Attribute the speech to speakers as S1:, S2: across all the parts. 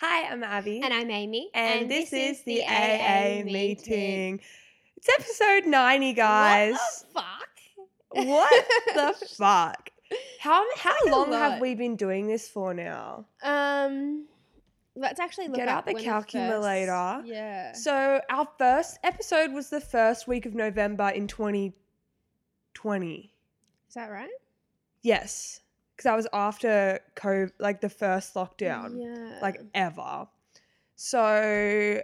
S1: Hi, I'm Abby.
S2: And I'm Amy.
S1: And this, is the AA meeting. It's episode 90, guys.
S2: What the fuck?
S1: What the fuck? How, how
S2: That's a
S1: long have
S2: lot.
S1: we been doing this for now?
S2: Um, let's actually look
S1: Get out
S2: up
S1: the
S2: when
S1: calculator.
S2: First, yeah.
S1: So, our first episode was the first week of November in 2020.
S2: is that right?
S1: Yes. Because that was after COVID, like the first lockdown,
S2: Yeah.
S1: like ever. So,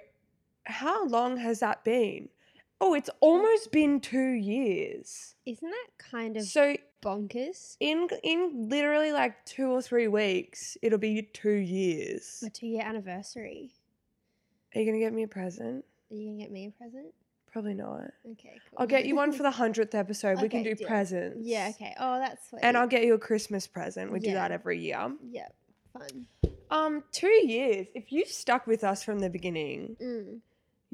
S1: how long has that been? Oh, it's almost been two years.
S2: isn't that kind of
S1: So
S2: bonkers?
S1: in in literally like two or three weeks, it'll be two years.
S2: My two year anniversary.
S1: Are you gonna get me a present?
S2: Are you gonna get me a present?
S1: Probably not.
S2: Okay. Cool.
S1: I'll get you one for the hundredth episode. we can
S2: Okay,
S1: do
S2: deal.
S1: presents.
S2: yeah. Okay. Oh, that's sweet.
S1: And I'll get you a Christmas present. We do
S2: Yeah.
S1: that every year.
S2: Yeah. Fun.
S1: Um, two years. If you've stuck with us from the beginning,
S2: Mm,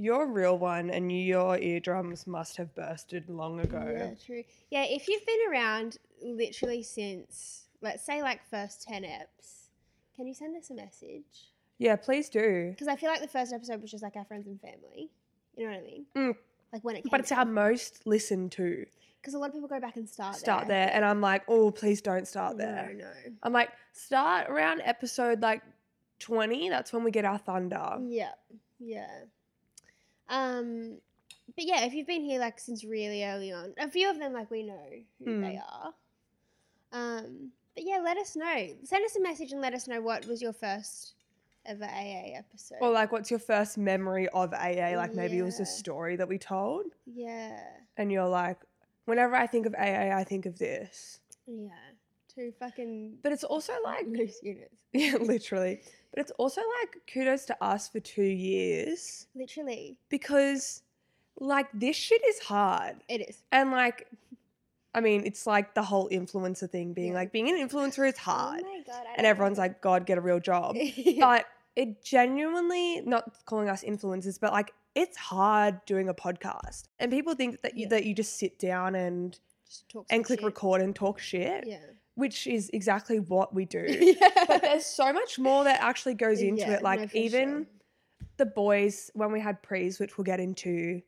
S1: you're a real one, and your eardrums must have bursted long
S2: yeah.
S1: ago.
S2: True. Yeah. If you've been around literally since, let's say, like first ten eps, can you send us a message?
S1: Yeah, please do.
S2: Because I feel like the first episode was just like our friends and family. You know what I mean?
S1: Mm.
S2: Like when it came
S1: But it's our most listened to.
S2: Because a lot of people go back and start
S1: Start there, and I'm like, oh, please don't start there.
S2: No, no.
S1: I'm like, start around episode like 20. That's when we get our thunder.
S2: Yeah, yeah. Um, but yeah, if you've been here like since really early on, a few of them like we know who they
S1: Hmm.
S2: are. Um, but yeah, let us know. Send us a message and let us know what was your first ever AA episode.
S1: Or like, what's your first memory of AA? Like, maybe it was a
S2: Yeah.
S1: story that we told,
S2: yeah,
S1: and you're like, whenever I think of AA, I think of this.
S2: yeah. Two fucking
S1: But it's also like,
S2: loose units.
S1: yeah, literally. But it's also like, kudos to us for two years
S2: Literally,
S1: because like, this shit is hard.
S2: it is.
S1: And like, I mean, it's like the whole influencer thing being
S2: Yeah.
S1: like, being an influencer is hard.
S2: Oh my god! I
S1: and everyone's like, God, get a real job.
S2: like,
S1: but it genuinely not calling us influencers but like it's hard doing a podcast and people think that you
S2: Yeah.
S1: that you just sit down and
S2: just talk some
S1: and click
S2: shit.
S1: record and talk shit
S2: Yeah.
S1: which is exactly what we do
S2: yeah.
S1: but there's so much more that actually goes into
S2: Yeah,
S1: it like
S2: no, for
S1: even the boys when we had prees which we'll get into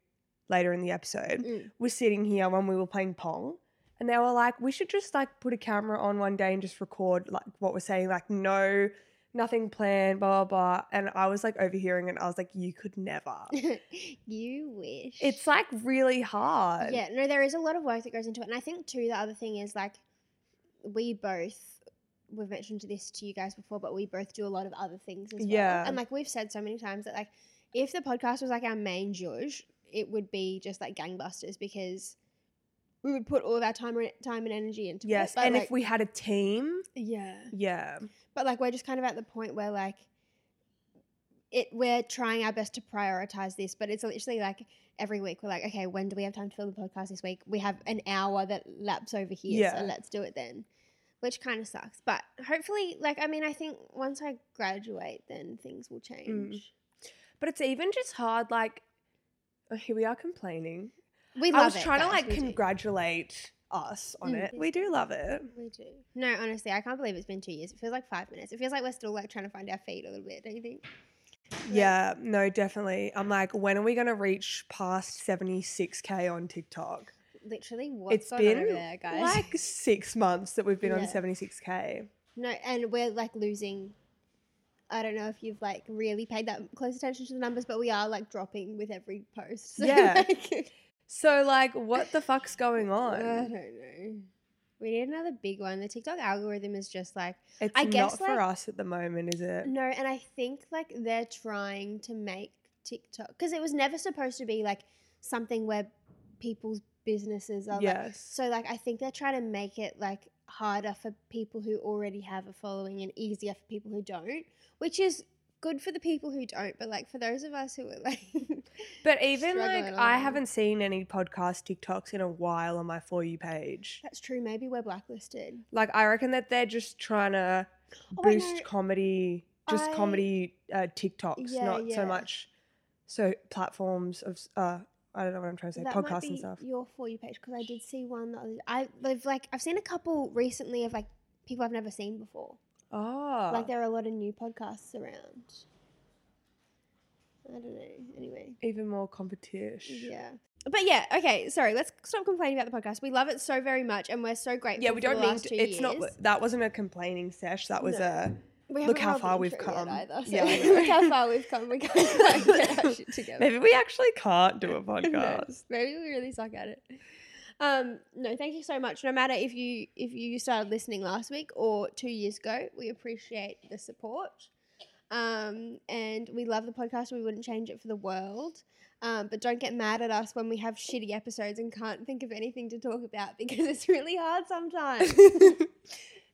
S1: later in the episode
S2: sure. Mm.
S1: were sitting here when we were playing pong and they were like we should just like put a camera on one day and just record like what we're saying like no nothing planned blah blah blah and i was like overhearing it i was like you could never
S2: you wish.
S1: Oh. it's like really hard
S2: yeah, no, there is a lot of work that goes into it, and I think too the other thing is like we both we've mentioned this to you guys before, but we both do a lot of other things as well.
S1: Yeah.
S2: and like we've said so many times that like if the podcast was like our main judge, it would be just like gangbusters because we would put all of our time and time and energy into
S1: yes
S2: it. but,
S1: and
S2: like-
S1: if we had a team
S2: yeah,
S1: yeah
S2: but like we're just kind of at the point where like it we're trying our best to prioritize this but it's literally like every week we're like okay when do we have time to film the podcast this week we have an hour that laps over here
S1: Yeah.
S2: so let's do it then which kind of sucks but hopefully like i mean i think once i graduate then things
S1: Mm.
S2: will change
S1: but it's even just hard like oh, here we are complaining
S2: we love
S1: i was
S2: it,
S1: trying to
S2: guys,
S1: like
S2: we do.
S1: congratulate us on
S2: Mm.
S1: it we do love it
S2: we do no honestly i can't believe it's been two years it feels like five minutes it feels like we're still like trying to find our feet a little bit don't you think
S1: Yeah, no, definitely. I'm like, when are we gonna reach past 76k on TikTok?
S2: literally what's
S1: it's
S2: going on over
S1: been
S2: there guys
S1: Like six months that we've been on
S2: Yeah.
S1: 76k.
S2: No, and we're like losing. I don't know if you've like really paid that close attention to the numbers, but we are like dropping with every post.
S1: Yeah.
S2: like,
S1: So like, what the fuck's going
S2: I don't
S1: on?
S2: know. We need another big one. The TikTok algorithm is just like
S1: It's
S2: I
S1: not
S2: guess,
S1: for
S2: like-
S1: us at the moment, is it?
S2: no, and I think like they're trying to make TikTok because it was never supposed to be like something where people's businesses are like,
S1: yes.
S2: so like I think they're trying to make it like harder for people who already have a following and easier for people who don't, which is good for the people who don't, but like for those of us who are like
S1: but even
S2: struggling
S1: like I
S2: along.
S1: haven't seen any podcast TikToks in a while on my for you page.
S2: that's true, maybe we're blacklisted.
S1: Like I reckon that they're just trying to
S2: Oh, I know.
S1: boost comedy, just
S2: I-
S1: comedy uh, TikToks,
S2: Yeah,
S1: not
S2: yeah.
S1: so much so platforms of s- uh I don't know what I'm trying to say,
S2: that might
S1: podcasts
S2: be
S1: and stuff.
S2: your for you page because I did see one that I I've like I've seen a couple recently of like people I've never seen before.
S1: Oh,
S2: Like there are a lot of new podcasts around. I don't know. Anyway,
S1: even more competition.
S2: yeah. But yeah, okay. Sorry, let's stop complaining about the podcast. We love it so very much, and we're so grateful.
S1: Yeah, we
S2: for
S1: don't
S2: the
S1: mean
S2: last
S1: to,
S2: two
S1: it's not
S2: years.
S1: that wasn't a complaining sesh. That was
S2: No.
S1: a
S2: We
S1: look
S2: haven't
S1: how
S2: held the
S1: far we've
S2: intro yet
S1: come.
S2: Either, so
S1: Yeah, I
S2: look
S1: know.
S2: how far we've come. We can't quite get our shit together.
S1: maybe we actually can't do a
S2: No,
S1: podcast.
S2: maybe we really suck at it. Um, no, thank you so much. No matter if you if you started listening last week or two years ago, we appreciate the support. Um, and we love the podcast. We wouldn't change it for the world. Um, but don't get mad at us when we have shitty episodes and can't think of anything to talk about because it's really hard sometimes.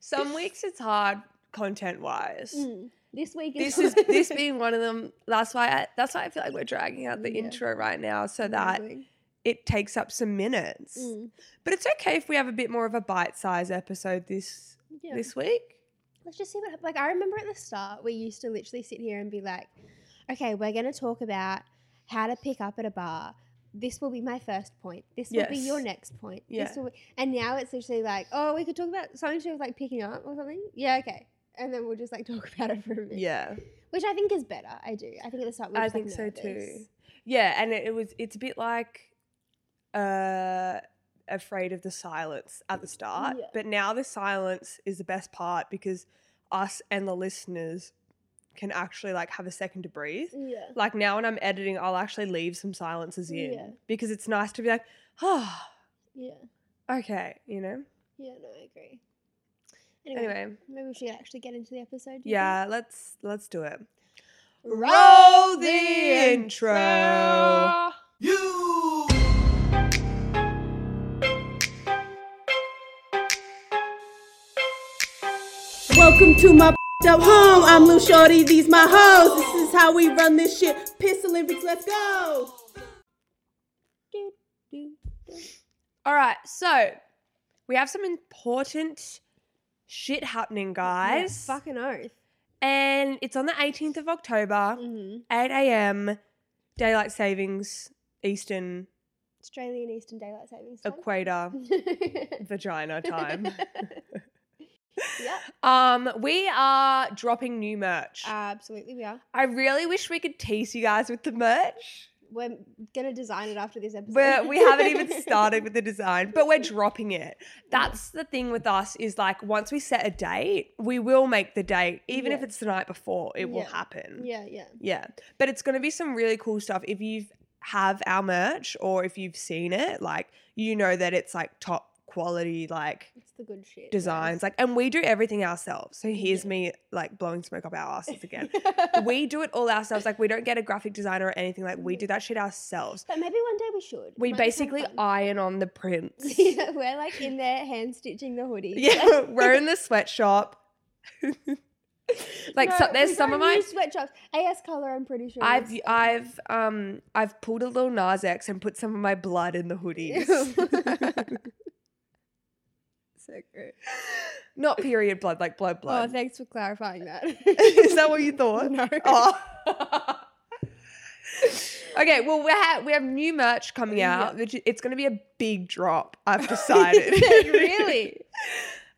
S1: Some weeks it's hard content wise.
S2: Mm, This week is
S1: This is this being one of them. That's why I, that's why I feel like we're dragging out the
S2: Yeah.
S1: intro right now so that it takes up some minutes.
S2: Mm,
S1: But it's okay if we have a bit more of a bite-sized episode this
S2: yeah.
S1: this week.
S2: let's just see what happens. Like, I remember at the start, we used to literally sit here and be like, okay, we're going to talk about how to pick up at a bar. This will be my first point. This will be your
S1: Yes.
S2: next point. This
S1: Yeah.
S2: will be, and now it's literally like, oh, we could talk about something to do with like picking up or something. Yeah, okay. And then we'll just like talk about it for a minute.
S1: Yeah.
S2: Which I think is better. I do. I think at the start, we were
S1: I
S2: just, like,
S1: think so too.
S2: nervous.
S1: Yeah, and it, it was it's a bit like uh afraid of the silence at the start,
S2: Yeah.
S1: but now the silence is the best part because us and the listeners can actually like have a second to breathe.
S2: Yeah.
S1: Like now when I'm editing, I'll actually leave some silences in
S2: Yeah.
S1: because it's nice to be like, oh,
S2: Yeah.
S1: okay, you know.
S2: Yeah, no, I agree. Anyway,
S1: Anyway,
S2: maybe we should actually get into the episode. do you think?
S1: yeah, let's let's do it.
S2: Mm-hmm. Roll
S1: the intro.
S3: Welcome to my up home. I'm Lou Shorty. These my hoes. This is how we run this shit. Piss Olympics. Let's go.
S2: Do, do, do.
S1: All right, so we have some important shit happening,
S2: Yeah,
S1: guys.
S2: fucking oath.
S1: And it's on the 18th of October,
S2: Mm-hmm.
S1: 8 a.m., daylight savings, Eastern
S2: Australian Eastern Daylight Savings Time.
S1: equator vagina time.
S2: yep,
S1: um, we are dropping new merch.
S2: Uh, absolutely we are.
S1: I really wish we could tease you guys with the merch.
S2: We're gonna design it after this episode.
S1: We're, we haven't even started with the design, but we're dropping it. That's the thing with us is like once we set a date, we will make the date, even if
S2: Yeah.
S1: it's the night before, it will
S2: Yeah.
S1: happen.
S2: yeah, yeah.
S1: Yeah. But it's going to be some really cool stuff. If you have our merch or if you've seen it, like, you know that it's like top quality, like
S2: It's the good shit. guys.
S1: designs. Like, and we do everything ourselves. So here's
S2: Yeah.
S1: me like blowing smoke up our asses again. we do it all ourselves. Like, we don't get a graphic designer or anything. Like, we do that shit ourselves.
S2: but maybe one day we should. It
S1: We
S2: might be kinda
S1: basically
S2: fun.
S1: iron on the prints.
S2: Yeah, we're like in there hand stitching the hoodies.
S1: yeah. We're in the sweatshop. like, so,
S2: No,
S1: there's
S2: we've
S1: some
S2: got
S1: of
S2: a
S1: my
S2: new sweatshops. AS Color, I'm pretty sure.
S1: I've
S2: is-
S1: I've um I've pulled a little Nas X and put some of my blood in the hoodies.
S2: so great.
S1: Not period blood, like blood
S2: Oh,
S1: blood.
S2: thanks for clarifying that.
S1: Is that what you thought?
S2: No.
S1: Oh. okay, well we have we have new merch coming
S2: Yeah.
S1: out. which- It's going to be a big drop. I've decided.
S2: Really?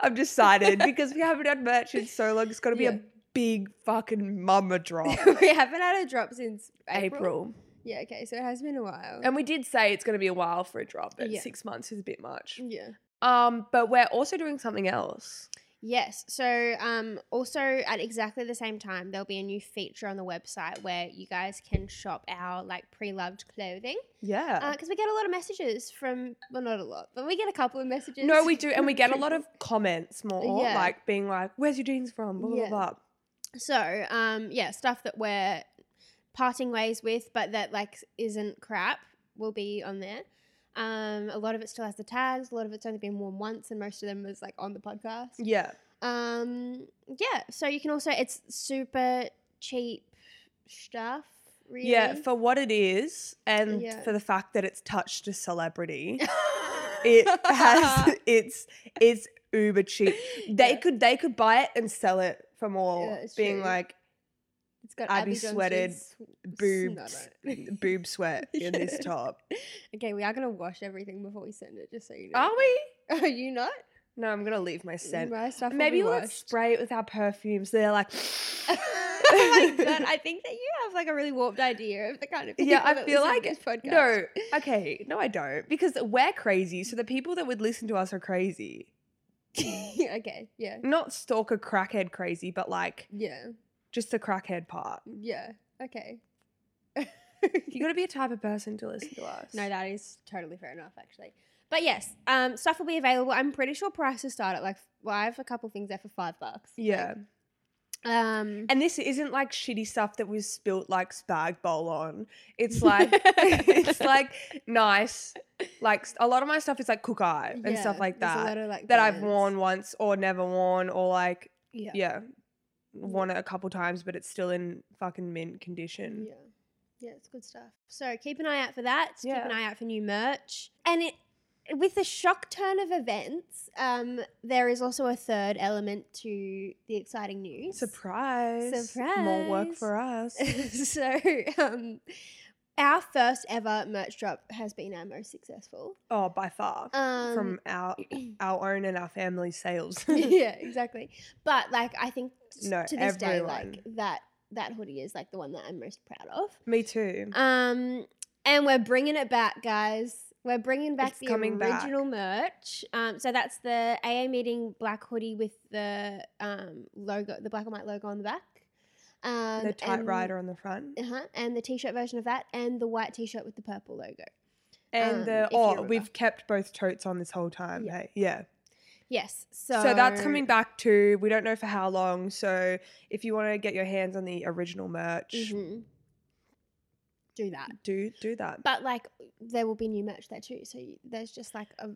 S1: I've decided because we haven't had merch in so long. It's going to be
S2: Yeah.
S1: a big fucking mama drop.
S2: we haven't had a drop since April.
S1: April.
S2: Yeah, okay, so it has been a while.
S1: And we did say it's going to be a while for a drop, but
S2: Yeah.
S1: six months is a bit much.
S2: yeah.
S1: Um, but we're also doing something else.
S2: Yes. So, um, also at exactly the same time, there'll be a new feature on the website where you guys can shop our like pre-loved clothing
S1: Yeah.
S2: because we get a lot of messages from well, not a lot, but we get a couple of messages.
S1: no, we do, and we get a lot of comments more,
S2: Yeah.
S1: like being like, "Where's your jeans from?" Blah blah
S2: Yeah.
S1: blah.
S2: so, um, yeah, stuff that we're parting ways with, but that like isn't crap, will be on there. Um, a lot of it still has the tags. A lot of it's only been worn once, and most of them was like on the podcast.
S1: Yeah.
S2: Um, yeah. So you can also it's super cheap stuff. Really.
S1: Yeah, for what it is and
S2: Yeah.
S1: for the fact that it's touched a celebrity. it has it's it's uber cheap. They
S2: Yeah.
S1: could they could buy it and sell it for more
S2: Yeah, it's
S1: being
S2: true.
S1: like
S2: it's got
S1: Abby
S2: Abby,
S1: sweated
S2: Johnson's sn-
S1: boobs
S2: snot on it.
S1: boob sweat in this
S2: Yeah.
S1: top.
S2: okay, we are gonna wash everything before we send it, just so you know.
S1: Are we?
S2: Are Mm, you not?
S1: No, I'm gonna leave my scent.
S2: My stuff will
S1: Maybe
S2: be
S1: we'll
S2: washed.
S1: spray it with our perfumes. They're like
S2: oh my god! I think that you have like a really warped idea of the kind of people
S1: Yeah, I
S2: that
S1: feel
S2: listen to
S1: like-
S2: this podcast.
S1: No, okay, no, I don't. Because we're crazy, so the people that would listen to us are crazy.
S2: okay, yeah,
S1: Not stalker crackhead crazy, but like
S2: yeah,
S1: just the crackhead part.
S2: yeah. Okay.
S1: You gotta be a type of person to listen to us.
S2: No, that is totally fair enough, actually. But yes, um, stuff will be available. I'm pretty sure prices start at like well, I have a couple things there for five bucks. like,
S1: Yeah.
S2: um.
S1: And this isn't like shitty stuff that was spilt like spag bowl on. It's like it's like nice. Like s- a lot of my stuff is like cook eye and stuff
S2: yeah,
S1: like
S2: there's a lot
S1: that
S2: of, like,
S1: that I've
S2: bands.
S1: worn once or never worn or like
S2: Yeah.
S1: yeah. worn it a couple times but it's still in fucking mint condition.
S2: Yeah. Yeah, it's good stuff. So keep an eye out for that. Keep an
S1: Yeah.
S2: eye out for new merch. And it with the shock turn of events, um, there is also a third element to the exciting news.
S1: Surprise. More work
S2: Surprise.
S1: for us.
S2: so um our first ever merch drop has been our most successful.
S1: oh, by far.
S2: Um
S1: From our our own and our family sales.
S2: yeah, exactly. But like I think s-
S1: No,
S2: to this day, like
S1: everyone.
S2: that that hoodie is like the one that I'm most proud of.
S1: Me too.
S2: Um, and we're bringing it back, guys. We're bringing back
S1: It's
S2: the
S1: coming back.
S2: original merch. Um, so that's the AA meeting black hoodie with the um logo, the black and white logo on the back. Um,
S1: the typewriter
S2: and-
S1: on the front.
S2: Uh-huh, and the t-shirt version of that, and the white t-shirt with the purple logo.
S1: And
S2: um,
S1: the
S2: if you
S1: oh,
S2: remember.
S1: we've kept both totes on this whole time.
S2: Yeah.
S1: Hey, yeah.
S2: Yes, so
S1: So, that's coming back too. We don't know for how long. So if you want to get your hands on the original merch,
S2: Mhm. Do that,
S1: do do that.
S2: but like there will be new merch there too. So you, there's just like a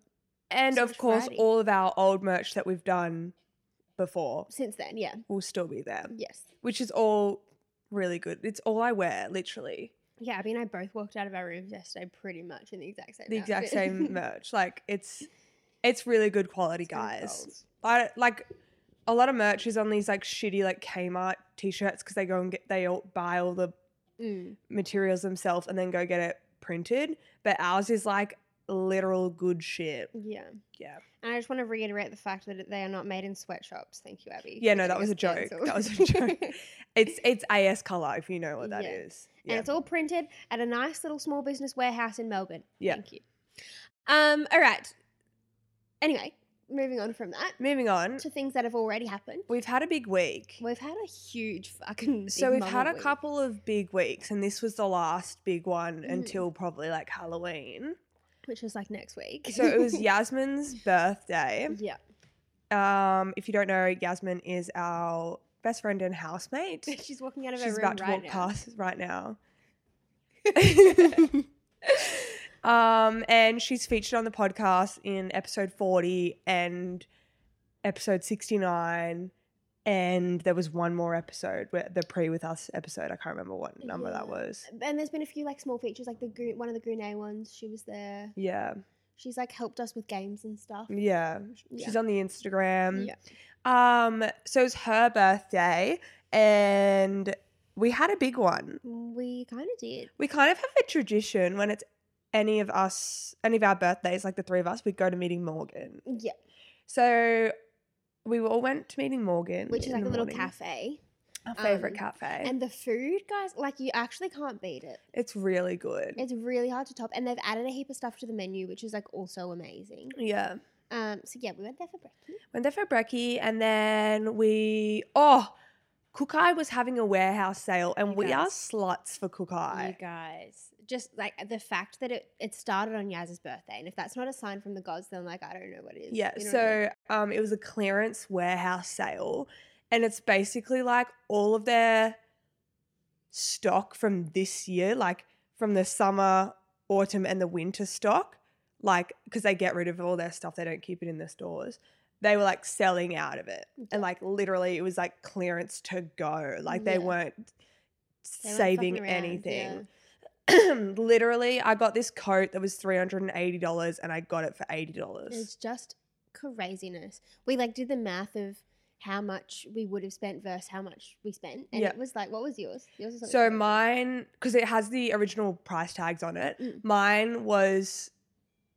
S1: and
S2: so
S1: of
S2: much
S1: course,
S2: variety.
S1: all of our old merch that we've done before
S2: since then, yeah,
S1: will still be there,
S2: yes,
S1: which is all really good. It's all I wear, literally.
S2: yeah. Abby and I both walked out of our rooms yesterday pretty much in the exact same
S1: The exact
S2: outfit.
S1: same merch. Like it's it's really good quality, guys. I like a lot of merch is on these like shitty like Kmart t-shirts because they go and get they all buy all the
S2: Mm.
S1: materials themselves and then go get it printed. But ours is like literal good shit.
S2: Yeah.
S1: Yeah.
S2: And I just want to reiterate the fact that they are not made in sweatshops. Thank you, Abby.
S1: Yeah,
S2: for
S1: no, that
S2: getting
S1: was
S2: us
S1: a joke.
S2: cancelled.
S1: That was a joke.
S2: and
S1: It's it's AS color if you know what that
S2: Yeah.
S1: is. Yeah.
S2: it's all printed at a nice little small business warehouse in Melbourne.
S1: Yeah.
S2: Thank you. Um, all right. Anyway, moving on from that
S1: Moving on,
S2: to things that have already happened.
S1: we've had a big week.
S2: We've had a huge fucking.
S1: So
S2: big
S1: we've had
S2: mama
S1: a
S2: week.
S1: couple of big weeks, and this was the last big one
S2: Mm.
S1: until probably like Halloween.
S2: which is like next week.
S1: So it was Yasmin's birthday.
S2: yeah.
S1: Um, if you don't know, Yasmin is our best friend and housemate.
S2: She's walking out of her
S1: She's
S2: room
S1: about to
S2: right
S1: walk
S2: now.
S1: past us right now. um, and she's featured on the podcast in episode 40 and episode 69. And there was one more episode, where the pre with us episode. I can't remember what number that
S2: Yeah.
S1: was.
S2: And there's been a few like small features, like the Gru- one of the Grunay ones. She was there.
S1: Yeah.
S2: She's like helped us with games and stuff.
S1: Yeah.
S2: Yeah.
S1: She's on the Instagram.
S2: Yeah.
S1: Um, so it was her birthday, and we had a big one.
S2: We kind of did.
S1: We kind of have a tradition when it's any of us, any of our birthdays, like the three of us, we go to meeting Morgan.
S2: Yeah.
S1: So we all went to meeting Morgan,
S2: Which
S1: in
S2: is like a
S1: the
S2: little
S1: morning,
S2: cafe.
S1: our favorite
S2: um,
S1: cafe,
S2: And the food, guys, like you actually can't beat it.
S1: it's really good.
S2: It's really hard to top. And they've added a heap of stuff to the menu, which is like also amazing.
S1: yeah,
S2: Um, so yeah, we went there for breakfast.
S1: went there for brekkie, and then we oh. Cook Eye was having a warehouse sale, and
S2: You
S1: we are
S2: guys.
S1: sluts for Cook Eye.
S2: You guys. Just like the fact that it, it started on Yaz's birthday. And if that's not a sign from the gods, then like I don't know what is.
S1: Yeah.
S2: You know what I mean?
S1: so um, it was a clearance warehouse sale, and it's basically like all of their stock from this year, like from the summer, autumn, and the winter stock, like because they get rid of all their stuff, they don't keep it in their stores. They were like selling out of it, and like literally, it was like clearance to go. Like they
S2: Yeah.
S1: weren't
S2: They weren't
S1: saving
S2: fucking around,
S1: anything. literally, I got this coat that was three hundred and eighty dollars, and I got it for eighty
S2: yeah.
S1: dollars.
S2: It's just craziness. We like did the math of how much we would have spent versus how much we spent, and
S1: Yeah.
S2: it was like, what was yours? Yours was something
S1: So
S2: crazy.
S1: mine, because it has the original price tags on it,
S2: Mm.
S1: mine was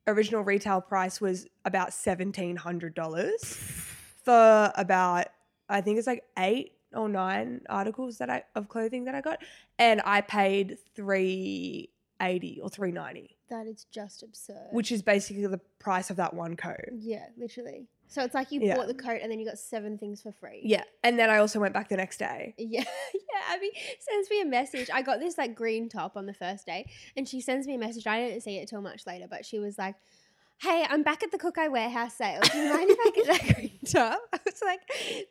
S1: original retail price was about seventeen hundred dollars for about I think it's like eight or nine articles that I of clothing that I got, and I paid three eighty or three ninety,
S2: that is just absurd.
S1: which is basically the price of that one coat.
S2: yeah, literally. So it's like you
S1: Yeah.
S2: bought the coat and then you got seven things for free.
S1: Yeah, and then I also went back the next day.
S2: Yeah, yeah. Abby sends me a message. I got this like green top on the first day, and she sends me a message. I didn't see it till much later, but she was like, "Hey, I'm back at the Cookai Warehouse sale. Do you mind if I get that green top?" I was like,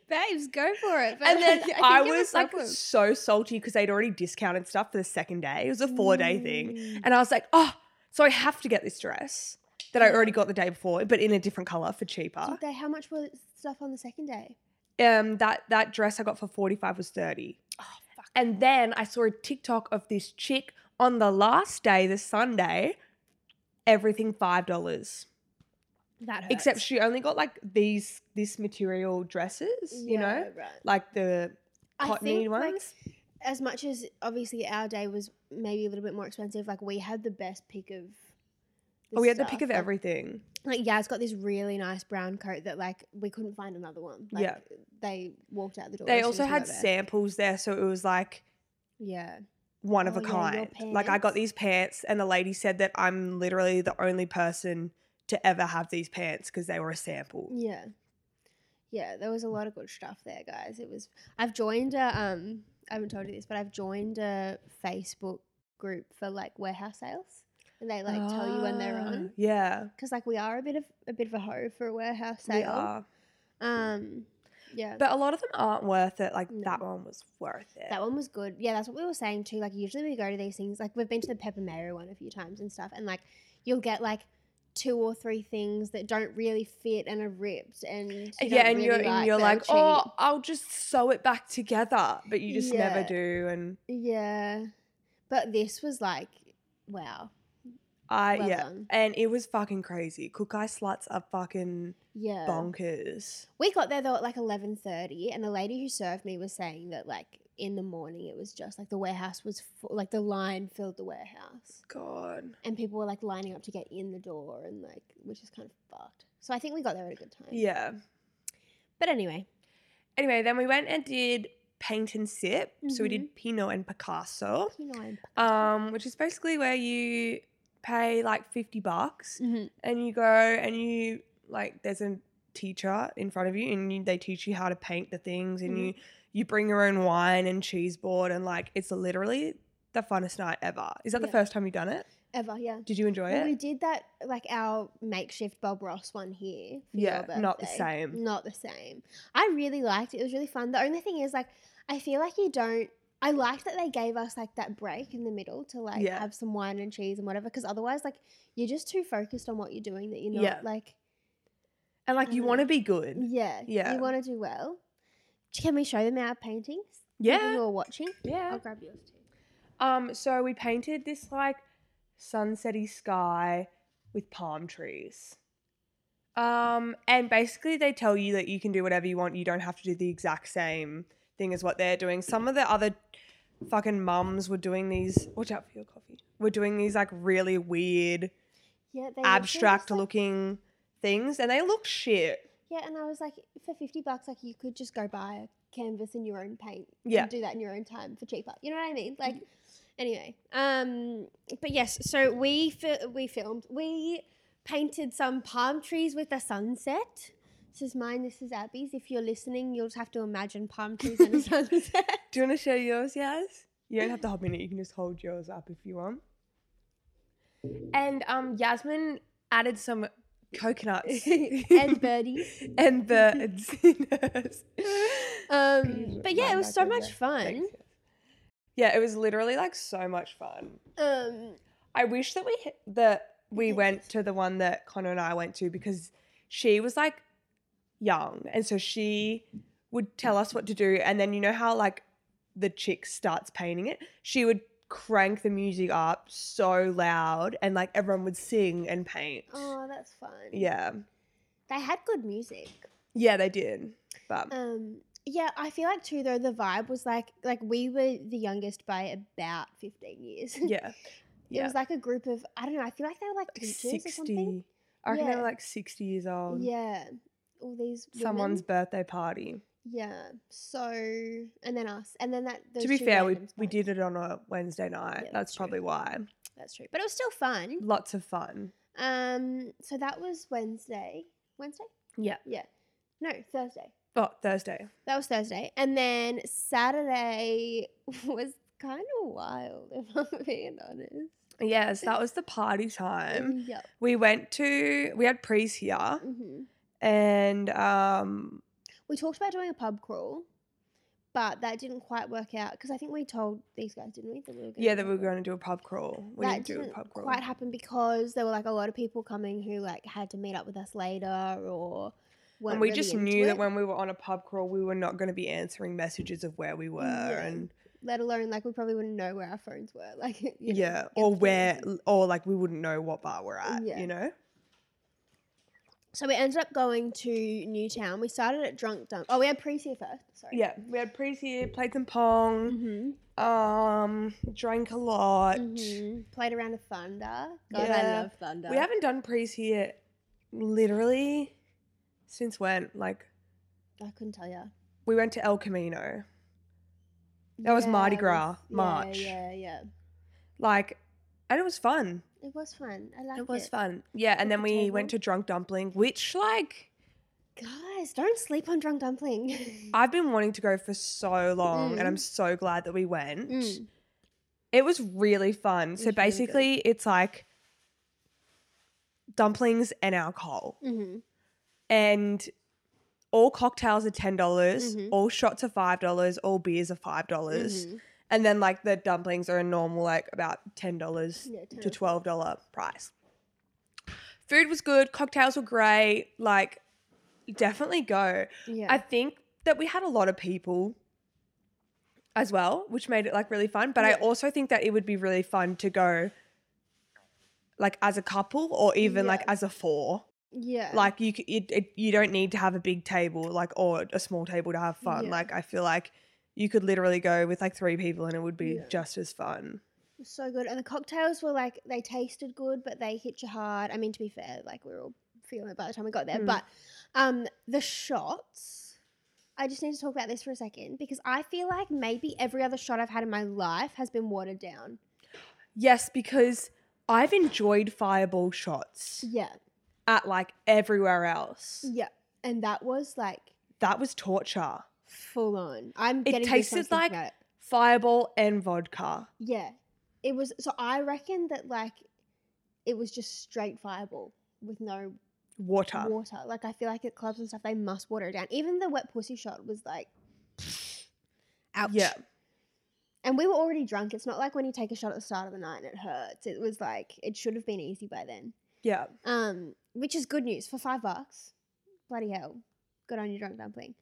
S2: "Babes, go for it." But
S1: And then
S2: like,
S1: I,
S2: think it
S1: was like
S2: problem.
S1: so salty because they'd already discounted stuff for the second day. It was a four day thing.
S2: Mm.
S1: And I was like, oh, so I have to get this dress that I
S2: Yeah.
S1: already got the day before, but in a different color for cheaper.
S2: Did they- how much was stuff on the second day?
S1: Um, that that dress I got for forty five was thirty.
S2: Oh fuck!
S1: And then I saw a TikTok of this chick on the last day, the Sunday, everything five dollars.
S2: That hurts.
S1: Except she only got like these this material dresses, you know,
S2: Yeah, right.
S1: like the
S2: I
S1: cottony
S2: think, like,
S1: ones.
S2: as much as obviously our day was maybe a little bit more expensive, like we had the best pick of.
S1: oh, we had the pick
S2: stuff.
S1: of
S2: Like,
S1: everything.
S2: like Yaz got this really nice brown coat that like we couldn't find another one. Like,
S1: Yeah.
S2: they walked out the door.
S1: They
S2: as soon
S1: also
S2: as we got
S1: had
S2: there.
S1: samples there, so it was like
S2: Yeah,
S1: one of
S2: Oh,
S1: a
S2: yeah, your
S1: kind. like I got
S2: pants.
S1: these pants, and the lady said that I'm literally the only person to ever have these pants because they were a sample.
S2: yeah, yeah. There was a lot of good stuff there, guys. It was. I've joined a um. I haven't told you this, but I've joined a Facebook group for like warehouse sales, and they like tell you when they're
S1: Ah,
S2: on.
S1: Yeah,
S2: Because like we are a bit of a bit of a hoe for a warehouse
S1: they
S2: sale.
S1: are.
S2: Um, yeah.
S1: But a lot of them aren't worth it. Like
S2: No.
S1: that one was worth it.
S2: That one was good. Yeah, that's what we were saying too. Like usually we go to these things. Like we've been to the Pepper Mary one a few times and stuff, and like you'll get like two or three things that don't really fit and are ripped, and you
S1: Uh, yeah,
S2: don't
S1: and you're
S2: really
S1: and you're
S2: but are
S1: like, oh, I'll just sew it back together, but you just never
S2: Yeah.
S1: do. And
S2: cheap." yeah. But this was like, wow,
S1: I
S2: well
S1: Uh, yeah,
S2: done.
S1: and it was fucking crazy. Cook eye sluts are fucking
S2: yeah.
S1: bonkers.
S2: We got there though at like eleven thirty, and the lady who served me was saying that like in the morning it was just like the warehouse was full, like the line filled the warehouse.
S1: God.
S2: and people were like lining up to get in the door and like which is kind of fucked so i think we got there at a good time
S1: Yeah.
S2: but anyway
S1: Anyway, then we went and did paint and sip. So we
S2: Mm-hmm.
S1: did Pinot and Picasso,
S2: you know I'm,
S1: um, which is basically where you pay like 50 bucks
S2: Mhm.
S1: and you go and you like there's a teacher in front of you and you, they teach you how to paint the things and
S2: Mm-hmm.
S1: you you bring your own wine and cheese board and like it's literally the funnest night ever. Is that the
S2: Yeah.
S1: first time you've done it?
S2: ever yeah
S1: Did you enjoy
S2: Well, we
S1: it?
S2: did that like our makeshift bob ross one here for your
S1: Yeah, not the
S2: birthday.
S1: same.
S2: not the same i really liked it it was really fun the only thing is like i feel like you don't i liked that they gave us like that break in the middle to like
S1: Yeah.
S2: have some wine and cheese and whatever because otherwise like you're just too focused on what you're doing that you're not
S1: Yeah.
S2: like
S1: And like
S2: I
S1: you
S2: don't
S1: want
S2: know.
S1: to be good.
S2: yeah
S1: Yeah.
S2: you want to do well can we show them our paintings people
S1: Yeah.
S2: who are watching.
S1: Yeah.
S2: I'll grab yours too.
S1: Um, so we painted this like sunsetty sky with palm trees. Um, and basically they tell you that you can do whatever you want. You don't have to do the exact same thing as what they're doing. Some of the other fucking mums were doing these watch out for your coffee. We're doing these like really weird,
S2: Yeah, they
S1: abstract
S2: look.
S1: looking things and they look shit.
S2: Yeah, and I was like, for fifty bucks, like you could just go buy a canvas and your own paint.
S1: Yeah. Mm-hmm.
S2: and do that in your own time for cheaper. You know what I mean? Like, anyway. Um, but yes, so we fi- we filmed. We painted some palm trees with a sunset. This is mine. This is Abby's. If you're listening, you'll just have to imagine palm trees and a sunset.
S1: Do you want to show yours, Yaz? You don't have to hop in it. You can just hold yours up if you want. And um, Yasmin added some coconuts
S2: and birdies.
S1: and birds in hers.
S2: Um, but yeah,
S1: Mine
S2: it
S1: back
S2: was so
S1: over
S2: much
S1: there.
S2: fun.
S1: Thanks, Yas. Yeah, it was literally like so much fun.
S2: Um,
S1: I wish that we h- that we went to the one that Connor and I went to because she was like young. And so she would tell us what to do. And then you know how like the chick starts painting it? She would crank the music up so loud and like everyone would sing and paint.
S2: Oh, that's fun.
S1: Yeah.
S2: They had good music.
S1: Yeah, they did. But
S2: Um, yeah, I feel like too though the vibe was like like we were the youngest by about fifteen years.
S1: yeah.
S2: It
S1: Yeah.
S2: was like a group of I don't know. I feel like they were like
S1: Like
S2: teachers or
S1: 60.
S2: something.
S1: I reckon they
S2: Yeah.
S1: were like 60 years old.
S2: Yeah, all these women.
S1: Someone's birthday party.
S2: Yeah. So and then us and then that. Those
S1: to be
S2: two
S1: fair, we,
S2: randoms
S1: we
S2: behind-
S1: did it on a Wednesday night.
S2: Yeah,
S1: that's
S2: that's true.
S1: probably why.
S2: That's true, but it was still fun.
S1: Lots of fun.
S2: Um. So that was Wednesday. Wednesday.
S1: Yeah.
S2: Yeah. No, Thursday.
S1: Oh, Thursday.
S2: That was Thursday, and then Saturday was kind of wild. If I'm being honest.
S1: Yes, that was the party time.
S2: Yep.
S1: We went to we had pre's here
S2: hmm
S1: and um
S2: We talked about doing a pub crawl, but that didn't quite work out because I think we told these guys, didn't we? That we were gonna
S1: yeah,
S2: do
S1: that we
S2: a
S1: were
S2: pub crawl.
S1: going to do a pub crawl. We
S2: that
S1: didn't do
S2: didn't
S1: a pub crawl.
S2: quite happen because there were like a lot of people coming who like had to meet up with us later or. weren't
S1: and we
S2: really
S1: just
S2: into
S1: knew
S2: it,
S1: that when we were on a pub crawl, we were not going to be answering messages of where we were
S2: Yeah.
S1: and
S2: let alone like we probably wouldn't know where our phones were, like you know,
S1: yeah,
S2: get
S1: or
S2: the
S1: where
S2: phones.
S1: or like we wouldn't know what bar we're at,
S2: Yeah.
S1: you know.
S2: So we ended up going to Newtown. We started at Drunk Dump. Oh, we had pre here first. Sorry.
S1: Yeah, we had pre's here, played some pong,
S2: hmm
S1: um, drank a lot.
S2: hmm Played around of Thunder. God,
S1: Yeah.
S2: I love Thunder.
S1: We haven't done pre's here literally since when? Like
S2: I couldn't tell you.
S1: we went to El Camino. That was Mardi
S2: it
S1: Gras,
S2: yeah,
S1: March.
S2: Yeah, yeah.
S1: Like and it was fun.
S2: It was fun. I like it.
S1: it was fun. Yeah, and then
S2: the
S1: we went to
S2: table.
S1: Drunk Dumpling, which like
S2: Guys, don't sleep on drunk dumpling.
S1: I've been wanting to go for so long and I'm
S2: Mm.
S1: so glad that we went.
S2: Mm.
S1: It was really fun. So
S2: was really good.
S1: basically it's like dumplings and alcohol.
S2: Mhm.
S1: And all cocktails are ten dollars,
S2: Mhm.
S1: all shots are five dollars, all beers are five dollars.
S2: Mhm.
S1: And then like the dumplings are a normal like about ten dollars
S2: Yeah,
S1: to
S2: totally.
S1: twelve dollar price. Food was good, cocktails were great. Like, definitely go.
S2: Yeah.
S1: I think that we had a lot of people as well, which made it like really fun. But I
S2: Yeah.
S1: also think that it would be really fun to go like as a couple or even
S2: Yeah.
S1: like as a four.
S2: yeah.
S1: Like you, c- it, it, you don't need to have a big table like or a small table to have fun.
S2: Yeah.
S1: Like I feel like you could literally go with like three people and it would be
S2: Yeah.
S1: just as fun.
S2: It was so good. And the cocktails were like they tasted good, but they hit you hard. I mean, to be fair, like we were all feeling it by the time we got there.
S1: Mm.
S2: But um the shots. I just need to talk about this for a second because I feel like maybe every other shot I've had in my life has been watered down.
S1: Yes, because I've enjoyed fireball shots
S2: Yeah.
S1: at like everywhere else.
S2: Yeah. And that was like
S1: That was torture.
S2: full on. I'm
S1: It
S2: getting
S1: tasted
S2: goosebumps thinking
S1: like-
S2: about it.
S1: Fireball and vodka.
S2: Yeah. It was so I reckon that like it was just straight fireball with no
S1: water.
S2: water. Like I feel like at clubs and stuff they must water it down. Even the wet pussy shot was like ouch.
S1: Yeah.
S2: And we were already drunk. It's not like when you take a shot at the start of the night and it hurts. It was like it should have been easy by then.
S1: Yeah.
S2: Um, which is good news for five bucks. Bloody hell. Good on you, drunk dumpling.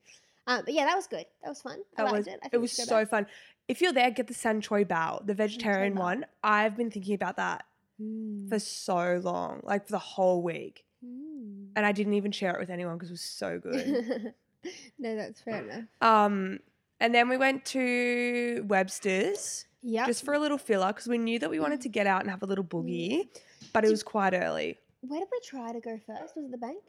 S2: Um, but yeah, that was good. That was fun.
S1: That
S2: I liked
S1: was
S2: it.
S1: it.
S2: I think we
S1: was
S2: should
S1: so
S2: go back.
S1: fun. If you're there, get the San Choi Bao, the vegetarian
S2: bao.
S1: one. I've been thinking about that
S2: Mm.
S1: for so long, like for the whole week.
S2: Mm.
S1: And I didn't even share it with anyone because it was so good.
S2: no, that's fair enough.
S1: um, and then we went to Webster's
S2: Yeah.
S1: just for a little filler because we knew that we wanted to get out and have a little boogie, but it
S2: Mm. Did-
S1: was quite early.
S2: Where did we try to go first? Was it the bank?